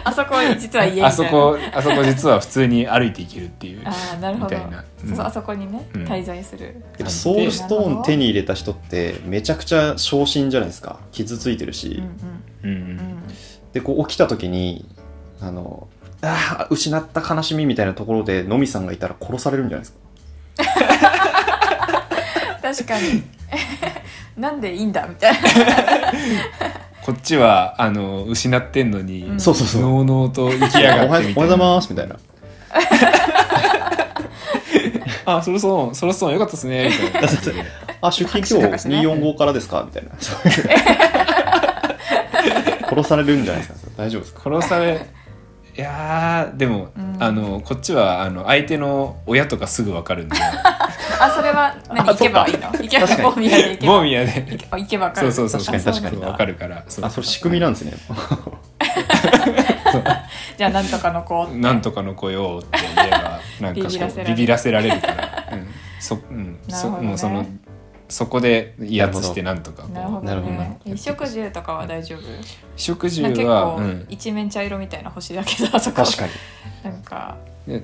Speaker 3: あそこ実は家みたいな
Speaker 2: あそこあそこ実は普通に歩いていけるっていう
Speaker 3: あーなる
Speaker 2: み
Speaker 3: ほ
Speaker 2: た
Speaker 3: ど
Speaker 2: いな。
Speaker 3: そうそう
Speaker 2: うん
Speaker 3: あそこにね
Speaker 2: うん
Speaker 3: 滞在する、
Speaker 1: でもソウルストーン手に入れた人ってめちゃくちゃ昇進じゃないですか傷ついてるし、
Speaker 2: うん
Speaker 3: うんうんうん、
Speaker 1: でこう起きた時にあのあー失った悲しみみたいなところでのみさんがいたら殺されるんじゃないですか
Speaker 3: 確かに なんでいいんだみたいな
Speaker 2: こっちはあの失ってんのに、
Speaker 3: うん
Speaker 1: そうそうそう
Speaker 2: のうのうと生き
Speaker 1: おは
Speaker 2: や
Speaker 1: ようお
Speaker 2: が
Speaker 1: は
Speaker 2: っ
Speaker 1: よう
Speaker 2: てみ
Speaker 1: ご
Speaker 2: たい
Speaker 1: ざい
Speaker 2: な。
Speaker 1: ますみたいな
Speaker 2: あ、そろそろ、そろそろよかったですね。みたいな感 じで
Speaker 1: あ出勤
Speaker 3: 拍手と
Speaker 1: 今
Speaker 3: か
Speaker 1: 日
Speaker 3: しない
Speaker 1: 245からですかみたい なそういう殺されるんじゃないですか大丈夫ですか
Speaker 2: 殺さ れ、いやー、でも、
Speaker 3: うん
Speaker 2: あの、こっちは、あの、相手の親とかすぐわかるんで、
Speaker 3: あそれは何
Speaker 1: あ
Speaker 3: 行けばいいの行けば
Speaker 1: 確かに
Speaker 3: 大宮で行けば
Speaker 2: ボーミヤで。
Speaker 3: 行けばわか
Speaker 2: そう
Speaker 3: る
Speaker 2: そうそう、
Speaker 1: 確かに確かに
Speaker 2: そうわかるから。う
Speaker 1: あそれ仕組みなんですね
Speaker 3: じゃあなんとかの子って
Speaker 2: なんとかの子よって言えばなんか
Speaker 3: ビビらせ
Speaker 2: そう
Speaker 3: られる
Speaker 2: ビビらせられるから、うん、そうん
Speaker 3: な
Speaker 2: そ
Speaker 3: るほどね
Speaker 2: もうそのそこで威圧してなんとかこう
Speaker 3: なるほ
Speaker 1: な
Speaker 3: ど
Speaker 1: るほど
Speaker 3: ね
Speaker 1: ね
Speaker 3: 衣食住とかは大丈夫
Speaker 2: 食事
Speaker 3: なんか結
Speaker 2: は、う
Speaker 3: 構
Speaker 2: ん、
Speaker 3: 一面茶色みたいな星だけどあそ こ
Speaker 1: 確かに
Speaker 3: なんか、
Speaker 2: レ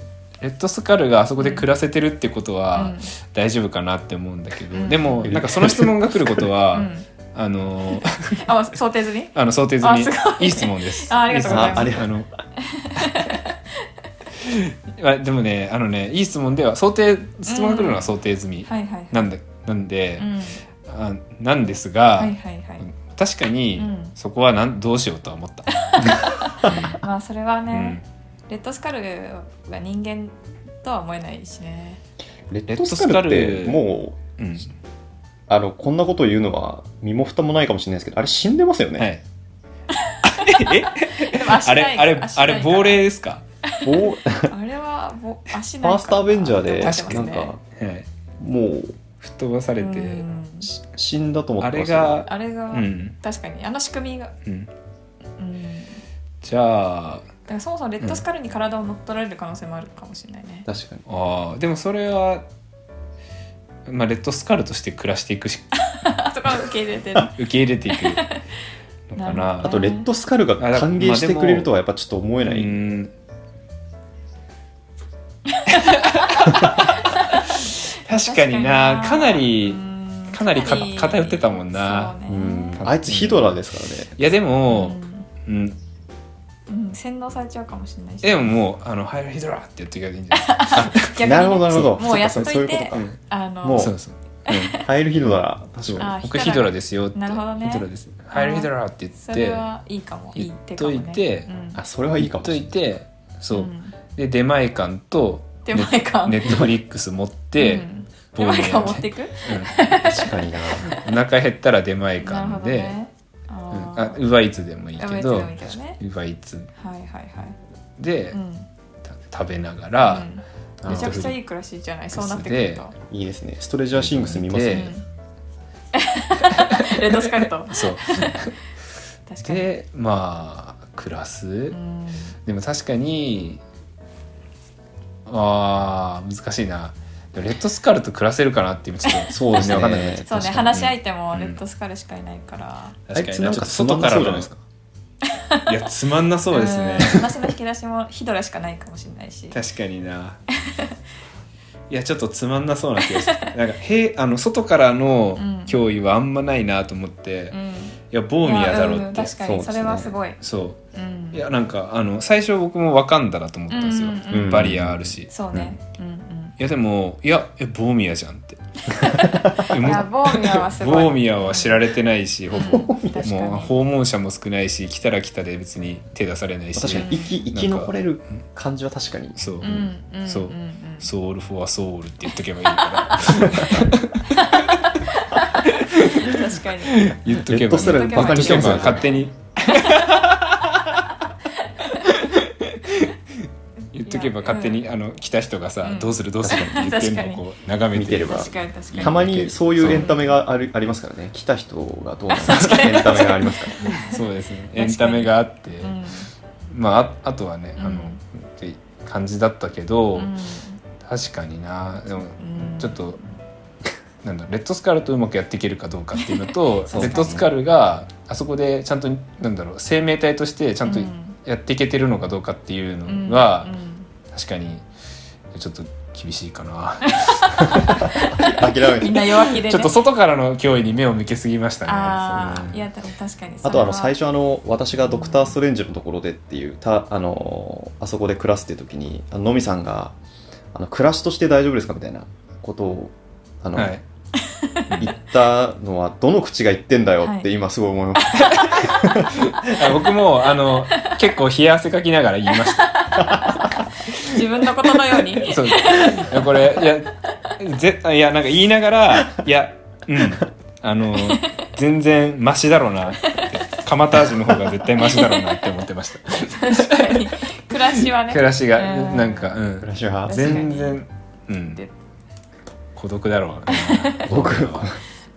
Speaker 2: ッドスカルがあそこで暮らせてるってこと
Speaker 3: う
Speaker 2: は
Speaker 3: ん
Speaker 2: 大丈夫かなって思うんだけど、
Speaker 3: うん
Speaker 2: でもなんかその質問が来ることは、
Speaker 3: うん、
Speaker 2: あ の
Speaker 3: あ想定済み
Speaker 2: あの想定済
Speaker 3: あ
Speaker 2: み
Speaker 3: すごい
Speaker 2: いい質問です。
Speaker 3: あありがとうございます
Speaker 2: ああれあの あでもねあのねいい質問では想定質問が来るのは想定済み、
Speaker 3: はいはいはい
Speaker 2: なんだなんで、
Speaker 3: うん、
Speaker 2: あなんですが、
Speaker 3: はいはいはい、
Speaker 2: 確かに、
Speaker 3: うん
Speaker 2: そこはなんどうしようとは思った。
Speaker 3: まあそれは
Speaker 2: う
Speaker 3: ね
Speaker 2: ん、
Speaker 3: レッドスカルは人間とは思えないしね
Speaker 1: レッドスカルってもう
Speaker 2: うん
Speaker 1: あのこんなことを言うのは身も蓋もないかもしれないですけどあれ死んでますよね、
Speaker 2: はい え
Speaker 3: でも足
Speaker 2: あれ
Speaker 3: ない
Speaker 2: あれ
Speaker 3: 足
Speaker 2: あ
Speaker 3: ない
Speaker 2: れ
Speaker 3: から
Speaker 2: 亡霊ですか、
Speaker 1: お
Speaker 3: あれはぼ足
Speaker 1: フ
Speaker 3: ない
Speaker 1: ァーストアベンジャーで、
Speaker 2: 確か
Speaker 1: な
Speaker 2: に
Speaker 1: んか
Speaker 2: はい、
Speaker 1: もう
Speaker 2: 吹っ飛ばされ
Speaker 3: 出
Speaker 2: て、
Speaker 1: し死んだと思っ
Speaker 2: あ
Speaker 1: て
Speaker 2: れ
Speaker 1: ましたね、
Speaker 2: が、
Speaker 3: あれが、
Speaker 2: うん
Speaker 3: 確かにあの仕組みが、
Speaker 2: うん、
Speaker 3: うん、だ
Speaker 2: じゃあ
Speaker 3: からそもそもレッドスカルに体を乗っ取られる可能性もあるかもしれないね、
Speaker 1: 確かに
Speaker 2: あーでもそれは、まあ、レッドスカルとして暮らしていく し
Speaker 3: あそこは受け入れてる
Speaker 2: 受け入れていくのか
Speaker 3: なる
Speaker 2: な
Speaker 3: ほ
Speaker 1: あ
Speaker 3: ど
Speaker 1: とレッドスカルが歓迎してくれるとはやっぱちょっと思え
Speaker 2: う
Speaker 1: ない、
Speaker 2: ん確かになかなり
Speaker 3: うん
Speaker 2: かなりか偏ってたもんな
Speaker 3: そう
Speaker 1: う
Speaker 3: ね
Speaker 1: んあいつヒドラーですからね
Speaker 2: いやでも、
Speaker 3: ん
Speaker 2: うん、
Speaker 3: うん、洗脳されちゃうかもしれないし
Speaker 2: でももう「あのハイルヒドラ!」って言ってくれていいんじゃない
Speaker 3: 逆にね
Speaker 1: なるほどなるほど
Speaker 3: もうやっといて
Speaker 1: そういうことか
Speaker 2: うん
Speaker 3: あの
Speaker 1: もう
Speaker 2: そうそう、う
Speaker 1: ハイルヒドラー
Speaker 2: ん、そう
Speaker 3: あー
Speaker 2: 僕
Speaker 3: ヒ
Speaker 2: ヒ
Speaker 3: ド
Speaker 2: ド
Speaker 3: ラ
Speaker 2: ラですよって
Speaker 3: なるほどね
Speaker 2: ヒドラです
Speaker 3: ー
Speaker 2: ハイルヒドラって
Speaker 3: そ
Speaker 2: 言っ
Speaker 3: れ
Speaker 2: て
Speaker 3: はいいかもいい手かも、ね、
Speaker 2: 言っといて
Speaker 3: うん
Speaker 1: あそれはいいか
Speaker 2: 言っ
Speaker 1: も
Speaker 2: と
Speaker 1: しれ
Speaker 2: い
Speaker 1: ない
Speaker 2: てそう、
Speaker 3: ん
Speaker 2: で出前館と
Speaker 3: 手前か
Speaker 2: ネットフリックス持って、
Speaker 3: うん
Speaker 2: ボー
Speaker 3: 手
Speaker 2: ル
Speaker 3: 前か
Speaker 2: や
Speaker 3: 持っていく
Speaker 1: 確かにな
Speaker 2: うん、お腹減ったら出前
Speaker 3: なるほ
Speaker 2: 館
Speaker 3: ど
Speaker 2: で、
Speaker 3: ね
Speaker 2: う
Speaker 3: あ
Speaker 2: ん、あ
Speaker 3: ー
Speaker 2: ウバイツでもいいけど
Speaker 3: やばいやつでもいいけどね
Speaker 2: ウバイツ
Speaker 3: はいはいはい
Speaker 2: で、
Speaker 3: うん
Speaker 2: た食べながら、
Speaker 3: うんめちゃくちゃいい暮らしじゃないそうなってくると
Speaker 1: いいですねストレジャーシングス見ます
Speaker 2: で
Speaker 1: ね
Speaker 3: うん レッドスカルト
Speaker 2: そう
Speaker 3: 確かに
Speaker 2: でまあ暮らす、
Speaker 3: うん
Speaker 2: でも確かにあー難しいなでもレッドスカルと暮らせるかなって今ちょっと
Speaker 1: そうですね
Speaker 2: わかんなくなっちゃった
Speaker 3: そうね
Speaker 2: 確かに
Speaker 3: 話し相手もレッドスカルしかいないから
Speaker 1: あいつなんか
Speaker 2: ち
Speaker 1: つ
Speaker 2: ょっ
Speaker 1: ま
Speaker 2: と
Speaker 1: んな
Speaker 2: 外か
Speaker 1: そ
Speaker 2: ら
Speaker 1: うじゃないです
Speaker 2: か
Speaker 1: か
Speaker 2: いやつまんなそうですね
Speaker 3: うん話の引き出しもヒドラしかないかもしれないし
Speaker 2: 確かにな いやちょっとつまんなそうな気がするなんかへあの外からの
Speaker 3: うん
Speaker 2: 脅威はあんまないなと思って、
Speaker 3: う
Speaker 2: い
Speaker 3: ん
Speaker 2: やボーミヤだろ
Speaker 3: いや
Speaker 2: っ
Speaker 3: うん
Speaker 2: て、
Speaker 3: 確
Speaker 1: そ
Speaker 3: かにそう
Speaker 1: ですね
Speaker 3: れはすごい
Speaker 2: そ
Speaker 3: うん
Speaker 2: ういやなんかあの最初僕もワカンダだと思ったんですよ、
Speaker 3: うんうん
Speaker 1: うん
Speaker 2: バリアあるし、
Speaker 3: そうねうんうん
Speaker 2: いやでもいやえボーミヤじゃんって え
Speaker 3: い
Speaker 2: も
Speaker 3: やボーミアはすごい。
Speaker 2: ボーミヤは知られてないしほぼ
Speaker 3: うん 確かに
Speaker 2: もう訪問者も少ないし来たら来たで別に手出されないし
Speaker 1: 確かに生き生き残れる感じは確かに
Speaker 2: そう、
Speaker 3: うんうん
Speaker 2: そうん
Speaker 3: ん
Speaker 2: ソウルフォアソウルって言っとけばいいから
Speaker 3: 確かに。
Speaker 2: 言っと
Speaker 1: レ
Speaker 2: けば、
Speaker 1: ッドスラ
Speaker 3: ルバカにして
Speaker 2: 言
Speaker 3: ま
Speaker 2: っ
Speaker 3: す
Speaker 2: とけば
Speaker 3: よ
Speaker 2: 勝手に言っとけば勝手に、あの来た人がさ、
Speaker 3: うん
Speaker 2: どうするどうするって言ってるのをこう眺めて
Speaker 1: 見てれば
Speaker 3: 確かに確かに
Speaker 1: たまにそういうエンタメがあるありますからね来た人がどうなのかエンタメがありますから
Speaker 2: そうですね
Speaker 3: かに
Speaker 2: エンタメがあって、
Speaker 3: うん
Speaker 2: まあああとはね、あの
Speaker 3: うん
Speaker 2: って感じだったけど、
Speaker 3: うん
Speaker 2: 確かになでも
Speaker 3: うん
Speaker 2: ちょっと、 なんだレッドスカルとうまくやっていけるかどうかっていうの と
Speaker 1: そう
Speaker 2: レッドスカルがあそこでちゃんとなんだろう生命体としてちゃんと
Speaker 3: うん
Speaker 2: やっていけてるのかどうかっていう
Speaker 3: うん
Speaker 2: のは、
Speaker 3: うん
Speaker 2: 確かにちょっと厳しいかな
Speaker 1: 諦め
Speaker 3: みん
Speaker 1: て
Speaker 3: な弱気でね
Speaker 2: ちょっと外からの脅威に目を向けすぎましたね。
Speaker 3: あ
Speaker 2: そう
Speaker 3: あいやでも確かに
Speaker 1: あとあの最
Speaker 3: 初
Speaker 1: 初あの私が「ドクター・ストレンジ」のところでっていうたあのあそこで暮らすっていう時にあののみさんがあの「暮らしとして大丈夫ですか?」みたいなことをあの、
Speaker 2: はい、
Speaker 1: 言ったのはどの口が言ってんだよって今すごい思います、
Speaker 2: あ僕もあの結構冷や汗かきながら言いました
Speaker 3: 自分のことのように
Speaker 2: そういやこれいやぜいやなんか言いながらいやうんあの全然マシだろうなって蒲田味の方が絶対マシだろうなって思ってました
Speaker 3: 確かに暮らしはね
Speaker 2: 暮らしが
Speaker 3: うん
Speaker 2: なんか、うん
Speaker 1: 暮、らしは
Speaker 3: 確かに
Speaker 2: 全然、うん
Speaker 3: で、
Speaker 2: 孤独だろうな
Speaker 1: 僕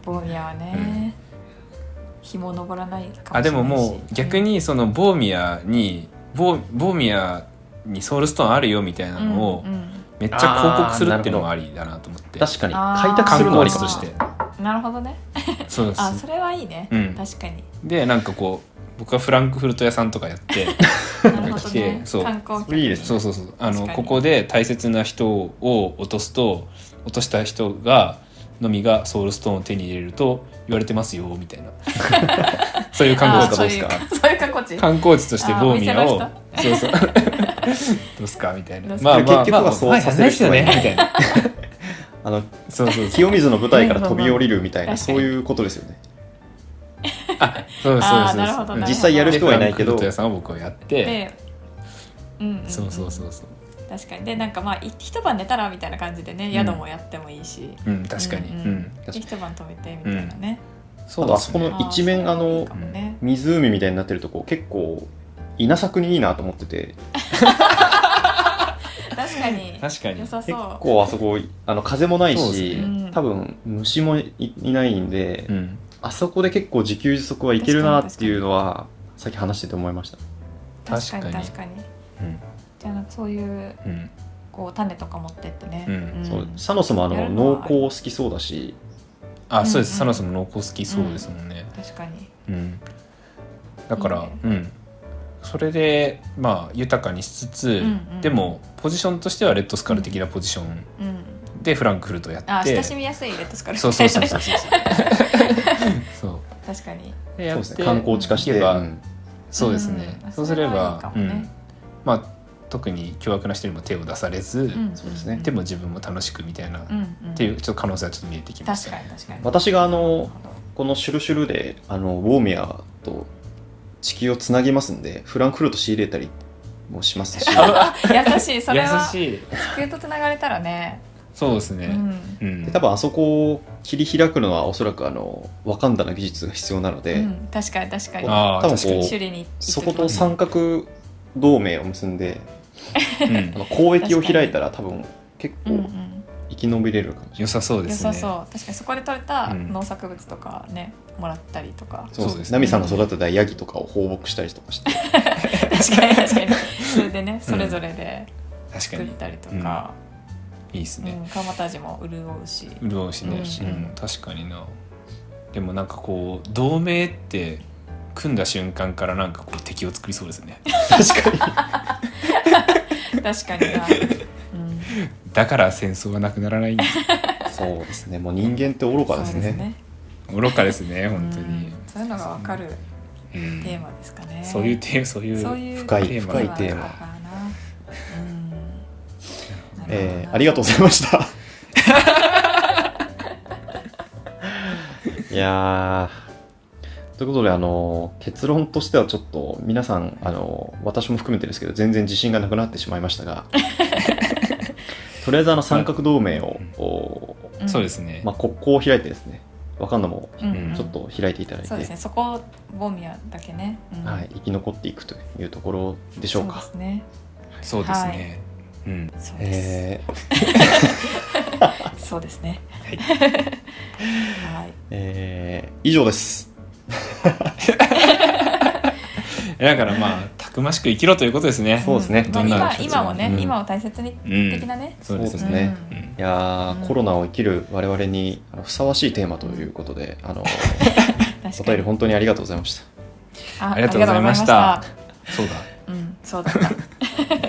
Speaker 3: ボーミャはね、日も昇らないかもしれないし
Speaker 2: あでももう逆にそのボーミアにボーボーミアにソウルストーンあるよみたいなのを
Speaker 3: うんうん
Speaker 2: めっちゃ広告するっていうのもありだなと思って
Speaker 1: 確かに
Speaker 3: あー
Speaker 1: 開拓す
Speaker 2: 観
Speaker 1: るのはあ
Speaker 2: 光
Speaker 1: り
Speaker 2: 地
Speaker 1: かも
Speaker 2: とし
Speaker 1: しれ
Speaker 2: て
Speaker 1: ない
Speaker 3: なるほどね
Speaker 2: そうです
Speaker 3: あそれはいいね、
Speaker 2: うん
Speaker 3: 確かに
Speaker 2: でなんかこう僕はフランクフルト屋さんとかや って
Speaker 3: なるほ
Speaker 2: 来
Speaker 3: ど
Speaker 2: て
Speaker 3: ね
Speaker 2: そう
Speaker 3: 観光
Speaker 1: それいいですね
Speaker 2: そうそうそうあの
Speaker 3: 確かに
Speaker 2: ここで大切な人を落とすと落とした人がのみがソウルストーンを手に入れると言われてますよみたい なそういう観
Speaker 3: あ
Speaker 2: 光
Speaker 3: ー
Speaker 2: 地
Speaker 3: そ
Speaker 2: ど
Speaker 3: う
Speaker 2: うす
Speaker 3: いう
Speaker 2: か
Speaker 3: そう いう観光地
Speaker 2: 観光地として
Speaker 3: あー
Speaker 2: ボーミアを
Speaker 3: お
Speaker 2: そうそう どうすかみたい
Speaker 3: ど
Speaker 2: な
Speaker 3: うすか
Speaker 2: まあまあ
Speaker 1: 結局はそうさせる人がい
Speaker 2: ね
Speaker 1: る
Speaker 2: みたいな
Speaker 1: あの
Speaker 2: そうそうそう
Speaker 1: 清水の舞台から飛び降りるみたい
Speaker 3: まあまあ
Speaker 1: なそういうことですよね
Speaker 2: そうそう
Speaker 3: あ
Speaker 2: そ
Speaker 3: ー
Speaker 2: う
Speaker 3: なるほど
Speaker 2: うん
Speaker 3: なるほど
Speaker 1: 実際やる人はいないけ
Speaker 2: フランク
Speaker 1: ど
Speaker 2: フルト屋さんを僕はやって
Speaker 3: で、うんうんん
Speaker 2: そうそうそうそう
Speaker 3: 確かにでなんかまあい一晩寝たらみたいな感じでね、
Speaker 2: ん
Speaker 3: 宿もやってもいいし
Speaker 2: うん確かに
Speaker 3: うん
Speaker 2: う
Speaker 3: うん
Speaker 2: ん
Speaker 3: で一晩泊めてみたいなね、
Speaker 2: そ
Speaker 1: あ
Speaker 2: う
Speaker 1: と
Speaker 2: で
Speaker 1: あそ
Speaker 2: す
Speaker 1: こ
Speaker 2: ね
Speaker 1: の一面あ
Speaker 3: いい
Speaker 1: の
Speaker 3: かもね
Speaker 1: 湖みたいになってるとこ結構稲作にいいなと思ってて
Speaker 3: 確かに
Speaker 2: 確かに
Speaker 3: 良さ
Speaker 1: 結
Speaker 3: そう
Speaker 1: 構あそこあの風もない
Speaker 2: そう
Speaker 1: し、
Speaker 2: です
Speaker 3: ね
Speaker 1: 多分虫もいいないんで、
Speaker 2: うん
Speaker 1: あそこで結構自給自足はいけるなっていうのはさっき話してて思いました
Speaker 3: 確かに
Speaker 2: 確かに
Speaker 3: 確かに
Speaker 2: うん
Speaker 3: じゃあなんかそういう
Speaker 2: うん
Speaker 3: こう種とか持ってってね、
Speaker 2: うん
Speaker 1: そうサノスもあ
Speaker 3: や
Speaker 1: の
Speaker 3: るの
Speaker 1: 濃
Speaker 3: は
Speaker 1: 厚好きそうだし
Speaker 2: あ、そうで
Speaker 3: うんう
Speaker 2: す。
Speaker 3: ん
Speaker 2: サナスも濃厚好きそうですもんね。
Speaker 3: 確かに
Speaker 2: うん。だから
Speaker 3: いいね
Speaker 2: うん。それでまあ豊かにしつつ、
Speaker 3: んうん
Speaker 2: でもポジションとしてはレッドスカル的なポジション
Speaker 3: うん
Speaker 2: でフランクフルトや
Speaker 3: あ
Speaker 2: って、
Speaker 3: 親しみやすいレッドスカル
Speaker 2: そうそうそうそう
Speaker 3: み
Speaker 2: そう。そう。
Speaker 3: たいな確かに
Speaker 2: で
Speaker 1: そう
Speaker 2: や
Speaker 1: で
Speaker 2: って
Speaker 1: すね観光地化して、
Speaker 2: 行けば
Speaker 1: うん
Speaker 2: そうですね。
Speaker 3: うん
Speaker 2: そうすれば
Speaker 3: それはいいかもね
Speaker 2: うん、まあ特に凶悪な人にも手を出されず、
Speaker 1: そうですね
Speaker 2: でも自分も楽しくみたいな、
Speaker 3: うん
Speaker 2: っ
Speaker 3: うん
Speaker 2: ていうちょっと可能性はちょっと見えてきまし
Speaker 3: 確
Speaker 2: た。
Speaker 3: かに確かに
Speaker 1: 私があ
Speaker 3: な
Speaker 1: の
Speaker 3: るほど
Speaker 1: この「シュルシュルで」あのウォーミアと地球をつなぎますんでフランクフルト仕入れたりもします し
Speaker 3: 優しいそれは地
Speaker 2: 優しい。
Speaker 3: 球とつながれたらね、
Speaker 2: そうです
Speaker 3: う
Speaker 2: ね。
Speaker 3: ん、
Speaker 2: うん。
Speaker 1: で多分あそこを切り開くのはおそらくあのワカンダの技術が必要なので、
Speaker 3: うん、確かに確かに
Speaker 2: ああ
Speaker 1: 多分
Speaker 2: 確か
Speaker 1: こう
Speaker 2: に。
Speaker 3: 首里に行っ
Speaker 1: そ
Speaker 3: とき
Speaker 1: こ
Speaker 3: ます
Speaker 1: と三角同盟を結んで
Speaker 2: うん
Speaker 1: あの交易を開いたら多分結
Speaker 3: うんう
Speaker 1: 構
Speaker 3: ん、
Speaker 1: 生き延びれるかもしれない、
Speaker 2: 良さそうで
Speaker 3: 良
Speaker 2: すね。
Speaker 3: さそう確かにそこで採れた
Speaker 2: うん
Speaker 3: 農作物とかね、もらったりとか
Speaker 1: そう
Speaker 2: そう
Speaker 1: で
Speaker 2: です
Speaker 1: すね
Speaker 2: ね
Speaker 1: ナミさんが育てたヤギとかを放牧したりとかして
Speaker 3: 確かに確かにそれでねそれぞれで
Speaker 2: 確か
Speaker 3: 作っ
Speaker 2: に
Speaker 3: たりとか、
Speaker 2: いいです
Speaker 3: うん
Speaker 2: ね。
Speaker 3: 蒲田味も潤うし、
Speaker 2: 潤うしね、
Speaker 3: う
Speaker 2: うんん確かにな。でもなんかこう同盟って組んだ瞬間からなんかこう敵を作りそうですね。
Speaker 1: 確か
Speaker 3: 確かにな、うん、
Speaker 2: だから戦争はなくならないんです。
Speaker 1: にそうですねもう人間って愚かですね
Speaker 2: 愚かですね本当
Speaker 3: う
Speaker 2: に
Speaker 3: ん。そういうのがわかる
Speaker 2: うん
Speaker 3: テーマですかね、
Speaker 2: そういうテーマそういう
Speaker 3: そういう
Speaker 1: 深い
Speaker 2: テーマ
Speaker 1: 深いテー
Speaker 3: だ
Speaker 1: マ、
Speaker 3: からなうんなるほどな
Speaker 1: えーありがとうございました いやーということであの結論としてはちょっと皆さんあの私も含めてですけど全然自信がなくなってしまいましたがとりあえずあの三角同盟を、お
Speaker 3: ん
Speaker 2: そうですね。
Speaker 1: まあ、国交を開いてですねわかんのも
Speaker 3: うんうん
Speaker 1: ちょっと開いていただいて、
Speaker 3: そうですねそこをボミアだけね、うん
Speaker 1: はい、生き残っていくというところでしょうか
Speaker 3: そうですね
Speaker 2: そうですね。うん、
Speaker 3: そうです、
Speaker 1: えー
Speaker 3: そうですね
Speaker 2: はい
Speaker 3: はい
Speaker 1: えー以上です。
Speaker 2: だからまあたくましく生きろということですね
Speaker 1: そうですね
Speaker 3: ま
Speaker 2: ど
Speaker 3: あ、
Speaker 2: んな
Speaker 3: 今
Speaker 2: 人たちも
Speaker 3: 今もね、
Speaker 2: うん
Speaker 3: 今を大切に
Speaker 2: うん
Speaker 3: 的なね、
Speaker 2: そうです
Speaker 1: そう
Speaker 2: ね
Speaker 1: ですね
Speaker 2: うん
Speaker 1: いやー、
Speaker 3: うん
Speaker 1: コロナを生きる我々にあのふさわしいテーマということで、あの
Speaker 3: うん確
Speaker 1: お
Speaker 3: か
Speaker 1: 便り
Speaker 3: に
Speaker 1: 本当にありがとうございました。
Speaker 3: あ
Speaker 2: ありがとうございましたそうだ
Speaker 3: うんそうだった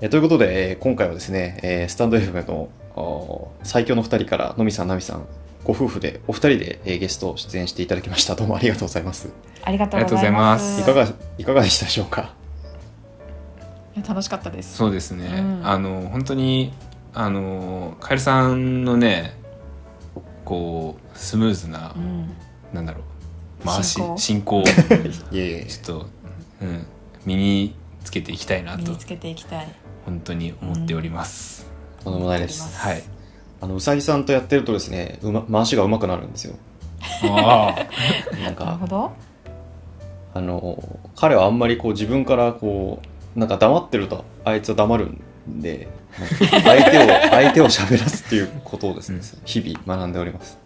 Speaker 1: えーということで、えー今回はですね、えースタンド FM のおー最強の2人からのみさん、なみさん、ご夫婦でお二人で、えーゲストを出演していただきました。どうもありがとうございます。
Speaker 3: ありがとうございます
Speaker 1: いかがいかがでしたでしょうか。
Speaker 3: いや楽しかったです
Speaker 2: そうですね、
Speaker 3: うん
Speaker 2: あの本当にあのカエルさんのねこうスムーズな、
Speaker 3: うん
Speaker 2: なんだろう回し
Speaker 3: 進行
Speaker 2: 進 行
Speaker 1: いえいえ
Speaker 2: ちょっと、うん、身につけていきたいな
Speaker 3: 身
Speaker 2: と
Speaker 3: につけていきたい
Speaker 2: 本当に思っております、
Speaker 1: とんでもないです。
Speaker 3: うん
Speaker 2: はい
Speaker 1: あのうさぎさんとやってるとですね、うま、回しが上手くなるんですよ。
Speaker 2: あ
Speaker 1: なん
Speaker 3: なる
Speaker 1: か
Speaker 3: ほど
Speaker 1: あの彼はあんまりこう自分からこうなんか黙ってるとあいつは黙るんで相手を 相手を喋らすっていうことをですね、
Speaker 2: うん
Speaker 1: 日々学んでおります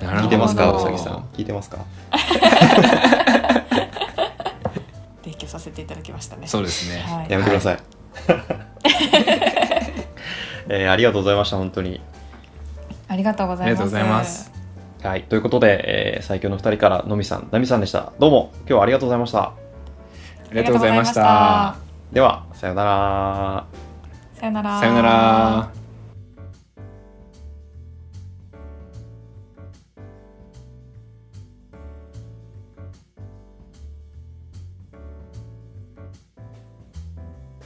Speaker 2: あなるほど
Speaker 1: 聞いてますか
Speaker 3: な
Speaker 1: う
Speaker 3: るほ
Speaker 1: さ
Speaker 3: ど
Speaker 1: ぎさん聞いてますか
Speaker 3: 提供させていただきましたね
Speaker 2: そうですね、
Speaker 3: はい
Speaker 1: やめてください、 えーありがとうございました本当に
Speaker 3: ありがとうござ
Speaker 2: あ
Speaker 3: い
Speaker 2: り
Speaker 3: ま
Speaker 2: が
Speaker 3: す
Speaker 2: とうございます
Speaker 1: はいということで、えー最強の2人からのみさんなみさんでしたどうも今日はありがとうございました
Speaker 2: ありがとうございまし
Speaker 3: ありがとうございましたた
Speaker 1: ではさようなら
Speaker 3: さよなら
Speaker 2: さよなら